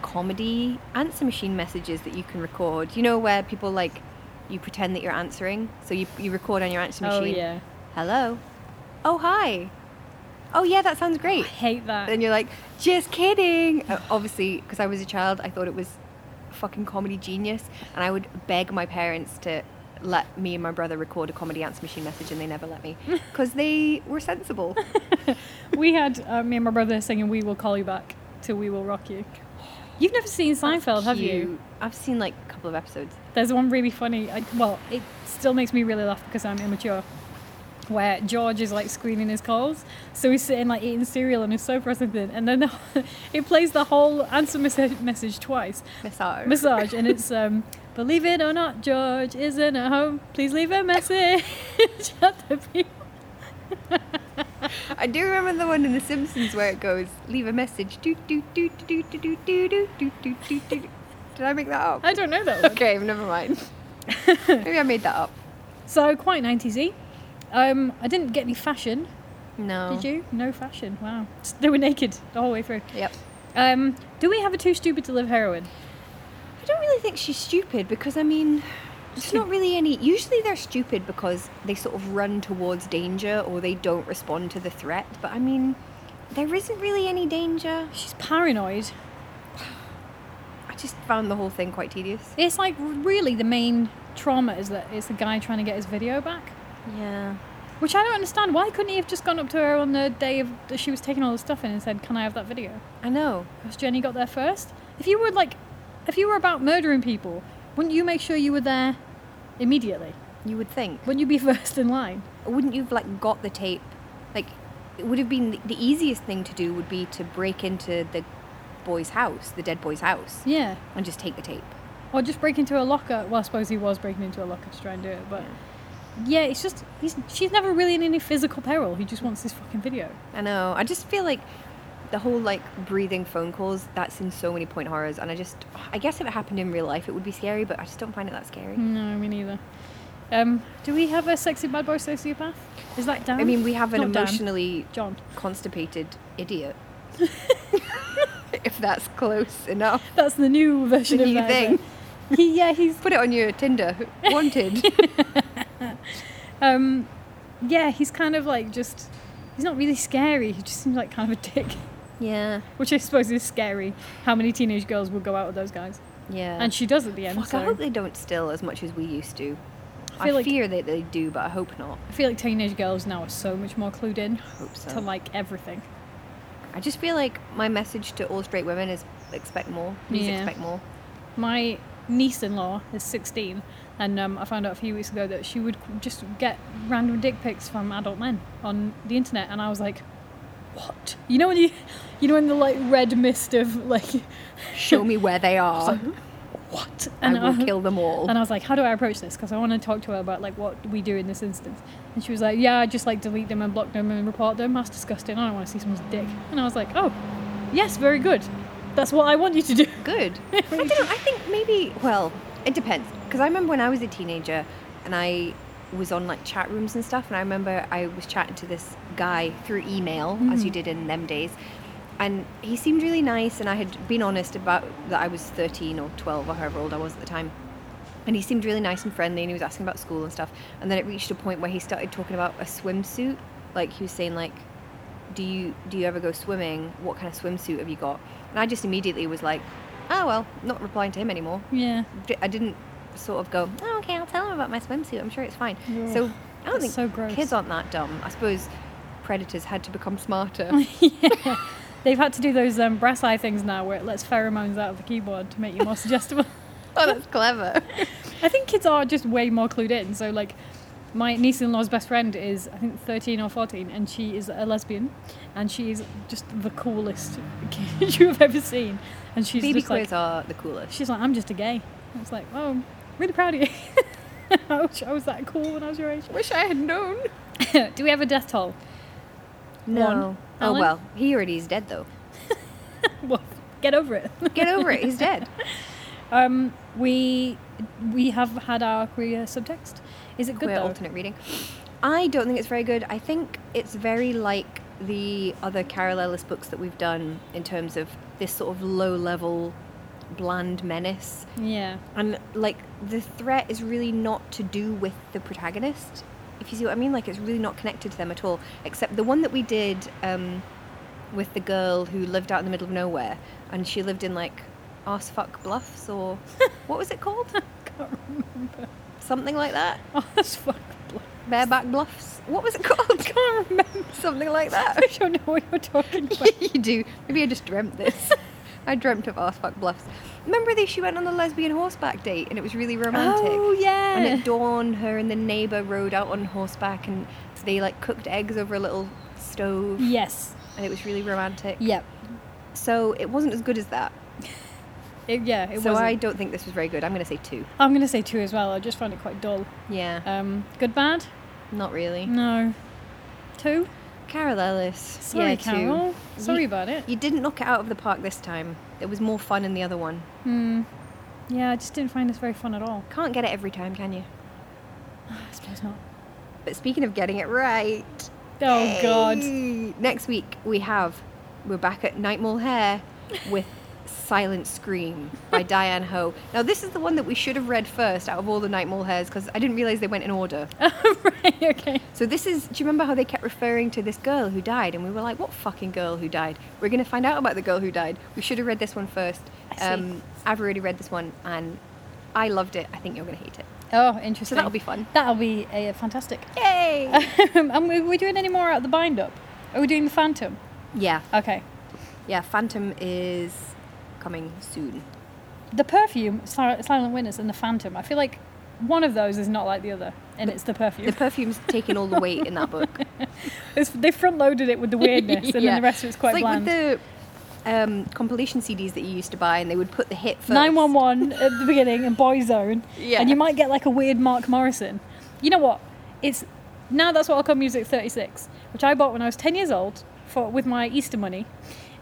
Speaker 2: comedy answer machine messages that you can record. You know, where people like you pretend that you're answering. So you, you record on your answer
Speaker 1: Oh,
Speaker 2: machine.
Speaker 1: yeah.
Speaker 2: Hello. Oh, hi. Oh, yeah, that sounds great.
Speaker 1: I hate that.
Speaker 2: Then you're like, just kidding. Uh, obviously, because I was a child, I thought it was fucking comedy genius, and I would beg my parents to let me and my brother record a comedy answer machine message, and they never let me because they were sensible.
Speaker 1: we had uh, me and my brother singing "We Will Call You Back" till "We Will Rock You." You've never seen Seinfeld, have you?
Speaker 2: Cute. I've seen like a couple of episodes.
Speaker 1: There's one really funny. I, well, it still makes me really laugh because I'm immature. Where George is like screening his calls, so he's sitting like eating cereal on his sofa or something, and then the, it plays the whole answer message, message twice.
Speaker 2: Massage.
Speaker 1: massage and it's um believe it or not george isn't at home please leave a message at the people
Speaker 2: I do remember the one in The Simpsons where it goes, "Leave a message." Do do do do do do do do do do do do. Did I make that up?
Speaker 1: i don't know that one.
Speaker 2: Okay, never mind. Maybe I made that up.
Speaker 1: so quite 90s um i didn't get any fashion
Speaker 2: No.
Speaker 1: did you no fashion wow Just- they were naked the whole way through
Speaker 2: Yep.
Speaker 1: um do we have a too stupid to live heroine
Speaker 2: I don't really think she's stupid because I mean, it's not really any. Usually they're stupid because they sort of run towards danger or they don't respond to the threat. But I mean, there isn't really any danger.
Speaker 1: she's paranoid
Speaker 2: I just found the whole thing quite tedious.
Speaker 1: it's like really the main trauma is that it's the guy trying to get his video back
Speaker 2: Yeah.
Speaker 1: which i don't understand why couldn't he have just gone up to her on the day of that she was taking all the stuff in and said can i have that video
Speaker 2: I know.
Speaker 1: Because Jenny got there first. If you were like, if you were about murdering people, wouldn't you make sure you were there immediately?
Speaker 2: You would think.
Speaker 1: Wouldn't you be first in line?
Speaker 2: Wouldn't you've like got the tape? Like, it would have been the easiest thing to do would be to break into the boy's house, the dead boy's house,
Speaker 1: Yeah.
Speaker 2: and just take the tape.
Speaker 1: Or just break into a locker. Well, I suppose he was breaking into a locker to try and do it, but yeah, it's just he's she's never really in any physical peril. He just wants this fucking video.
Speaker 2: I know. I just feel like the whole like breathing phone calls that's in so many point horrors, and I just I guess if it happened in real life, it would be scary, but I just don't find it that scary.
Speaker 1: No, me neither. Um, do we have a sexy bad boy sociopath? Is that Dan?
Speaker 2: I mean, we have an
Speaker 1: Not Dan.
Speaker 2: emotionally
Speaker 1: John.
Speaker 2: constipated idiot. if that's close enough,
Speaker 1: That's the new version
Speaker 2: The
Speaker 1: of
Speaker 2: new
Speaker 1: that, isn't it? He, yeah, he's
Speaker 2: put it on your Tinder. Wanted.
Speaker 1: Um, yeah, he's kind of like just. He's not really scary. He just seems like kind of a dick,
Speaker 2: yeah,
Speaker 1: which I suppose is scary. How many teenage girls will go out with those guys?
Speaker 2: yeah.
Speaker 1: And she does at the end.
Speaker 2: Fuck,
Speaker 1: so
Speaker 2: I hope they don't steal as much as we used to.
Speaker 1: I
Speaker 2: I,
Speaker 1: feel like-
Speaker 2: fear that they do, but I hope not.
Speaker 1: I feel like teenage girls now are so much more clued in
Speaker 2: I hope so.
Speaker 1: to like everything.
Speaker 2: I just feel like my message to all straight women is expect more. Please
Speaker 1: Yeah.
Speaker 2: expect more.
Speaker 1: My niece-in-law is 16, and um, I found out a few weeks ago that she would just get random dick pics from adult men on the internet, and I was like, "What? You know when you, you know when the like red mist of like,
Speaker 2: Show me where they are.
Speaker 1: what?
Speaker 2: I will kill them all.
Speaker 1: And I was like, how do I approach this? Because I want to talk to her about like what we do in this instance. And she was like, yeah, I just like delete them and block them and report them. That's disgusting. I don't want to see someone's dick. And I was like, oh, yes, very good. That's what I want you to do.
Speaker 2: Good. I don't know. I think maybe. Well, it depends. Because I remember when I was a teenager, and I was on like chat rooms and stuff, and I remember I was chatting to this guy through email, as
Speaker 1: Mm.
Speaker 2: you did in them days, and he seemed really nice, and I had been honest about that I was 13 or 12 or however old I was at the time. And he seemed really nice and friendly, and he was asking about school and stuff. And then it reached a point where he started talking about a swimsuit. Like he was saying, like, do you do you ever go swimming? What kind of swimsuit have you got? And I just immediately was like, oh well, not replying to him anymore.
Speaker 1: Yeah.
Speaker 2: D- I didn't sort of go, oh, okay, I'll tell him about my swimsuit. I'm sure it's fine.
Speaker 1: Ugh,
Speaker 2: So I don't
Speaker 1: that's
Speaker 2: think
Speaker 1: so gross.
Speaker 2: kids aren't that dumb. I suppose predators had to become smarter.
Speaker 1: yeah. They've had to do those um, brass eye things now where it lets pheromones out of the keyboard to make you more suggestible.
Speaker 2: oh, that's clever.
Speaker 1: I think kids are just way more clued in. So, like, my niece in law's best friend is, I think, 13 or 14, and she is a lesbian, and she is just the coolest kid you have ever seen. And she's
Speaker 2: Baby
Speaker 1: just like,
Speaker 2: queers are the coolest.
Speaker 1: she's like, I'm just a gay. I was like, oh, I'm really proud of you. I wish I was that cool when I was your age.
Speaker 2: Wish I had known.
Speaker 1: do we have a death toll?
Speaker 2: No. Oh
Speaker 1: Alan?
Speaker 2: well, he already is dead though.
Speaker 1: well, get over it.
Speaker 2: Get over it. He's dead.
Speaker 1: Um, we we have had our queer subtext. Is it good
Speaker 2: Queer
Speaker 1: though?
Speaker 2: alternate reading. I don't think it's very good. I think it's very like the other Carol Ellis books that we've done in terms of this sort of low level, bland menace.
Speaker 1: Yeah.
Speaker 2: and like the threat is really not to do with the protagonist if you see what i mean like it's really not connected to them at all except the one that we did um, with the girl who lived out in the middle of nowhere and she lived in like arsefuck bluffs or what was it called
Speaker 1: Can't remember.
Speaker 2: something like that
Speaker 1: Oh, that's fucked. blood.
Speaker 2: bareback bluffs what was it called can't remember something like that
Speaker 1: I don't know what you're talking about.
Speaker 2: you do maybe i just dreamt this i dreamt of arsefuck bluffs remember that she went on the lesbian horseback date and it was really romantic
Speaker 1: Oh yeah.
Speaker 2: And at dawn, her and the neighbour rode out on horseback and they like cooked eggs over a little stove
Speaker 1: yes.
Speaker 2: and it was really romantic.
Speaker 1: Yep.
Speaker 2: So it wasn't as good as that.
Speaker 1: It, yeah. It
Speaker 2: so
Speaker 1: was.
Speaker 2: I
Speaker 1: I...
Speaker 2: don't think this was very good. I'm going to say two.
Speaker 1: I'm gonna say two as well. I just found it quite dull.
Speaker 2: Yeah.
Speaker 1: Um, good bad?
Speaker 2: not really.
Speaker 1: No. Two.
Speaker 2: Carol Ellis.
Speaker 1: Sorry,
Speaker 2: yeah,
Speaker 1: Carol.
Speaker 2: Ye-
Speaker 1: Sorry about it.
Speaker 2: two. You didn't knock it out of the park this time. It was more fun in the other one.
Speaker 1: Hmm. Yeah, I just didn't find this very fun at all.
Speaker 2: Can't get it every time, can you?
Speaker 1: I suppose not.
Speaker 2: But speaking of getting it right.
Speaker 1: Oh God.
Speaker 2: hey, Next week we have we're back at Nightmall Hair with Silent Scream by Diane Ho. Now this is the one that we should have read first out of all the Nightmall Hairs because I didn't realize they went in order.
Speaker 1: right. Okay.
Speaker 2: So this is do you remember how they kept referring to this girl who died and we were like what fucking girl who died? We're going to find out about the girl who died. We should have read this one first. Um,
Speaker 1: I see.
Speaker 2: I've already read this one and I loved it. I think you're going to hate it.
Speaker 1: Oh, interesting.
Speaker 2: So that'll be fun.
Speaker 1: That'll be uh, fantastic.
Speaker 2: Yay!
Speaker 1: Um, and we, we're doing any more out of the bind up? Are we doing the Phantom?
Speaker 2: yeah.
Speaker 1: Okay.
Speaker 2: Yeah, Phantom is coming soon.
Speaker 1: The perfume, Sil- Silent Witness, and the Phantom. I feel like one of those is not like the other, and it's the
Speaker 2: The
Speaker 1: perfume.
Speaker 2: perfume's taking all the weight in that book.
Speaker 1: It's, they front loaded it with the weirdness, and
Speaker 2: Yeah.
Speaker 1: then the rest of it's quite
Speaker 2: it's like
Speaker 1: bland.
Speaker 2: with the um, compilation CDs that you used to buy, and they would put the hit first.
Speaker 1: 911 at the beginning and Boyzone,
Speaker 2: Yeah.
Speaker 1: and you might get like a weird Mark Morrison. You know what? It's now that's what I call Music 36, which I bought when I was 10 years old for with my Easter money,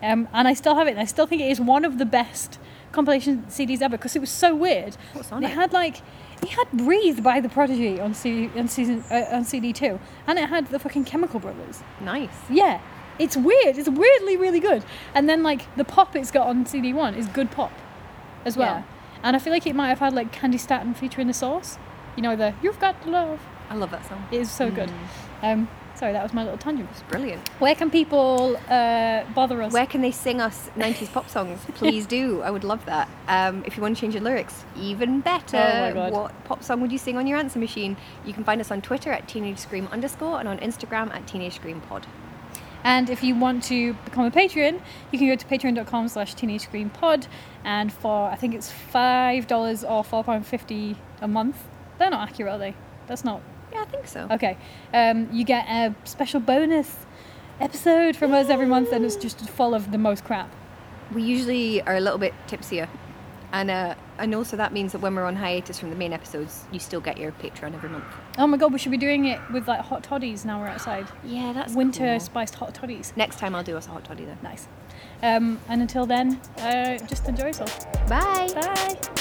Speaker 1: um, and I still have it. And I still think it is one of the best compilation CDs ever because it was so weird.
Speaker 2: What's on
Speaker 1: It
Speaker 2: it?
Speaker 1: had like it had Breathe by the Prodigy on CD on, season, uh, on CD two, and it had the fucking Chemical Brothers.
Speaker 2: Nice.
Speaker 1: Yeah. It's weird. It's weirdly really good. And then like the pop it's got on CD one is good pop, as well.
Speaker 2: Yeah.
Speaker 1: And I feel like it might have had like Candy Staton featuring the Source. You know the You've Got the Love.
Speaker 2: I love that song.
Speaker 1: It is so good.
Speaker 2: Mm.
Speaker 1: Um, sorry, that was my little tangent.
Speaker 2: It's brilliant.
Speaker 1: Where can people uh, bother us?
Speaker 2: Where can they sing us 90s pop songs? Please do. I would love that. Um, if you want to change your lyrics, even better.
Speaker 1: Oh my God.
Speaker 2: What pop song would you sing on your answer machine? You can find us on Twitter at Teenage Scream underscore and on Instagram at Teenage Scream Pod.
Speaker 1: And if you want to become a patron, you can go to patreon.com slash teenage screen pod and for I think it's five dollars or four pound fifty a month. They're not accurate, are they? That's not
Speaker 2: Yeah, I think so.
Speaker 1: Okay. Um, you get a special bonus episode from us every month, and it's just full of the most crap.
Speaker 2: we usually are a little bit tipsier and uh, and also that means that when we're on hiatus from the main episodes you still get your patreon every month
Speaker 1: Oh my god, we should be doing it with like hot toddies now we're outside.
Speaker 2: yeah that's
Speaker 1: Winter spiced hot toddies.
Speaker 2: next time i'll do us a hot toddy then
Speaker 1: Nice. Um, and until then, uh, just enjoy yourself.
Speaker 2: bye
Speaker 1: Bye.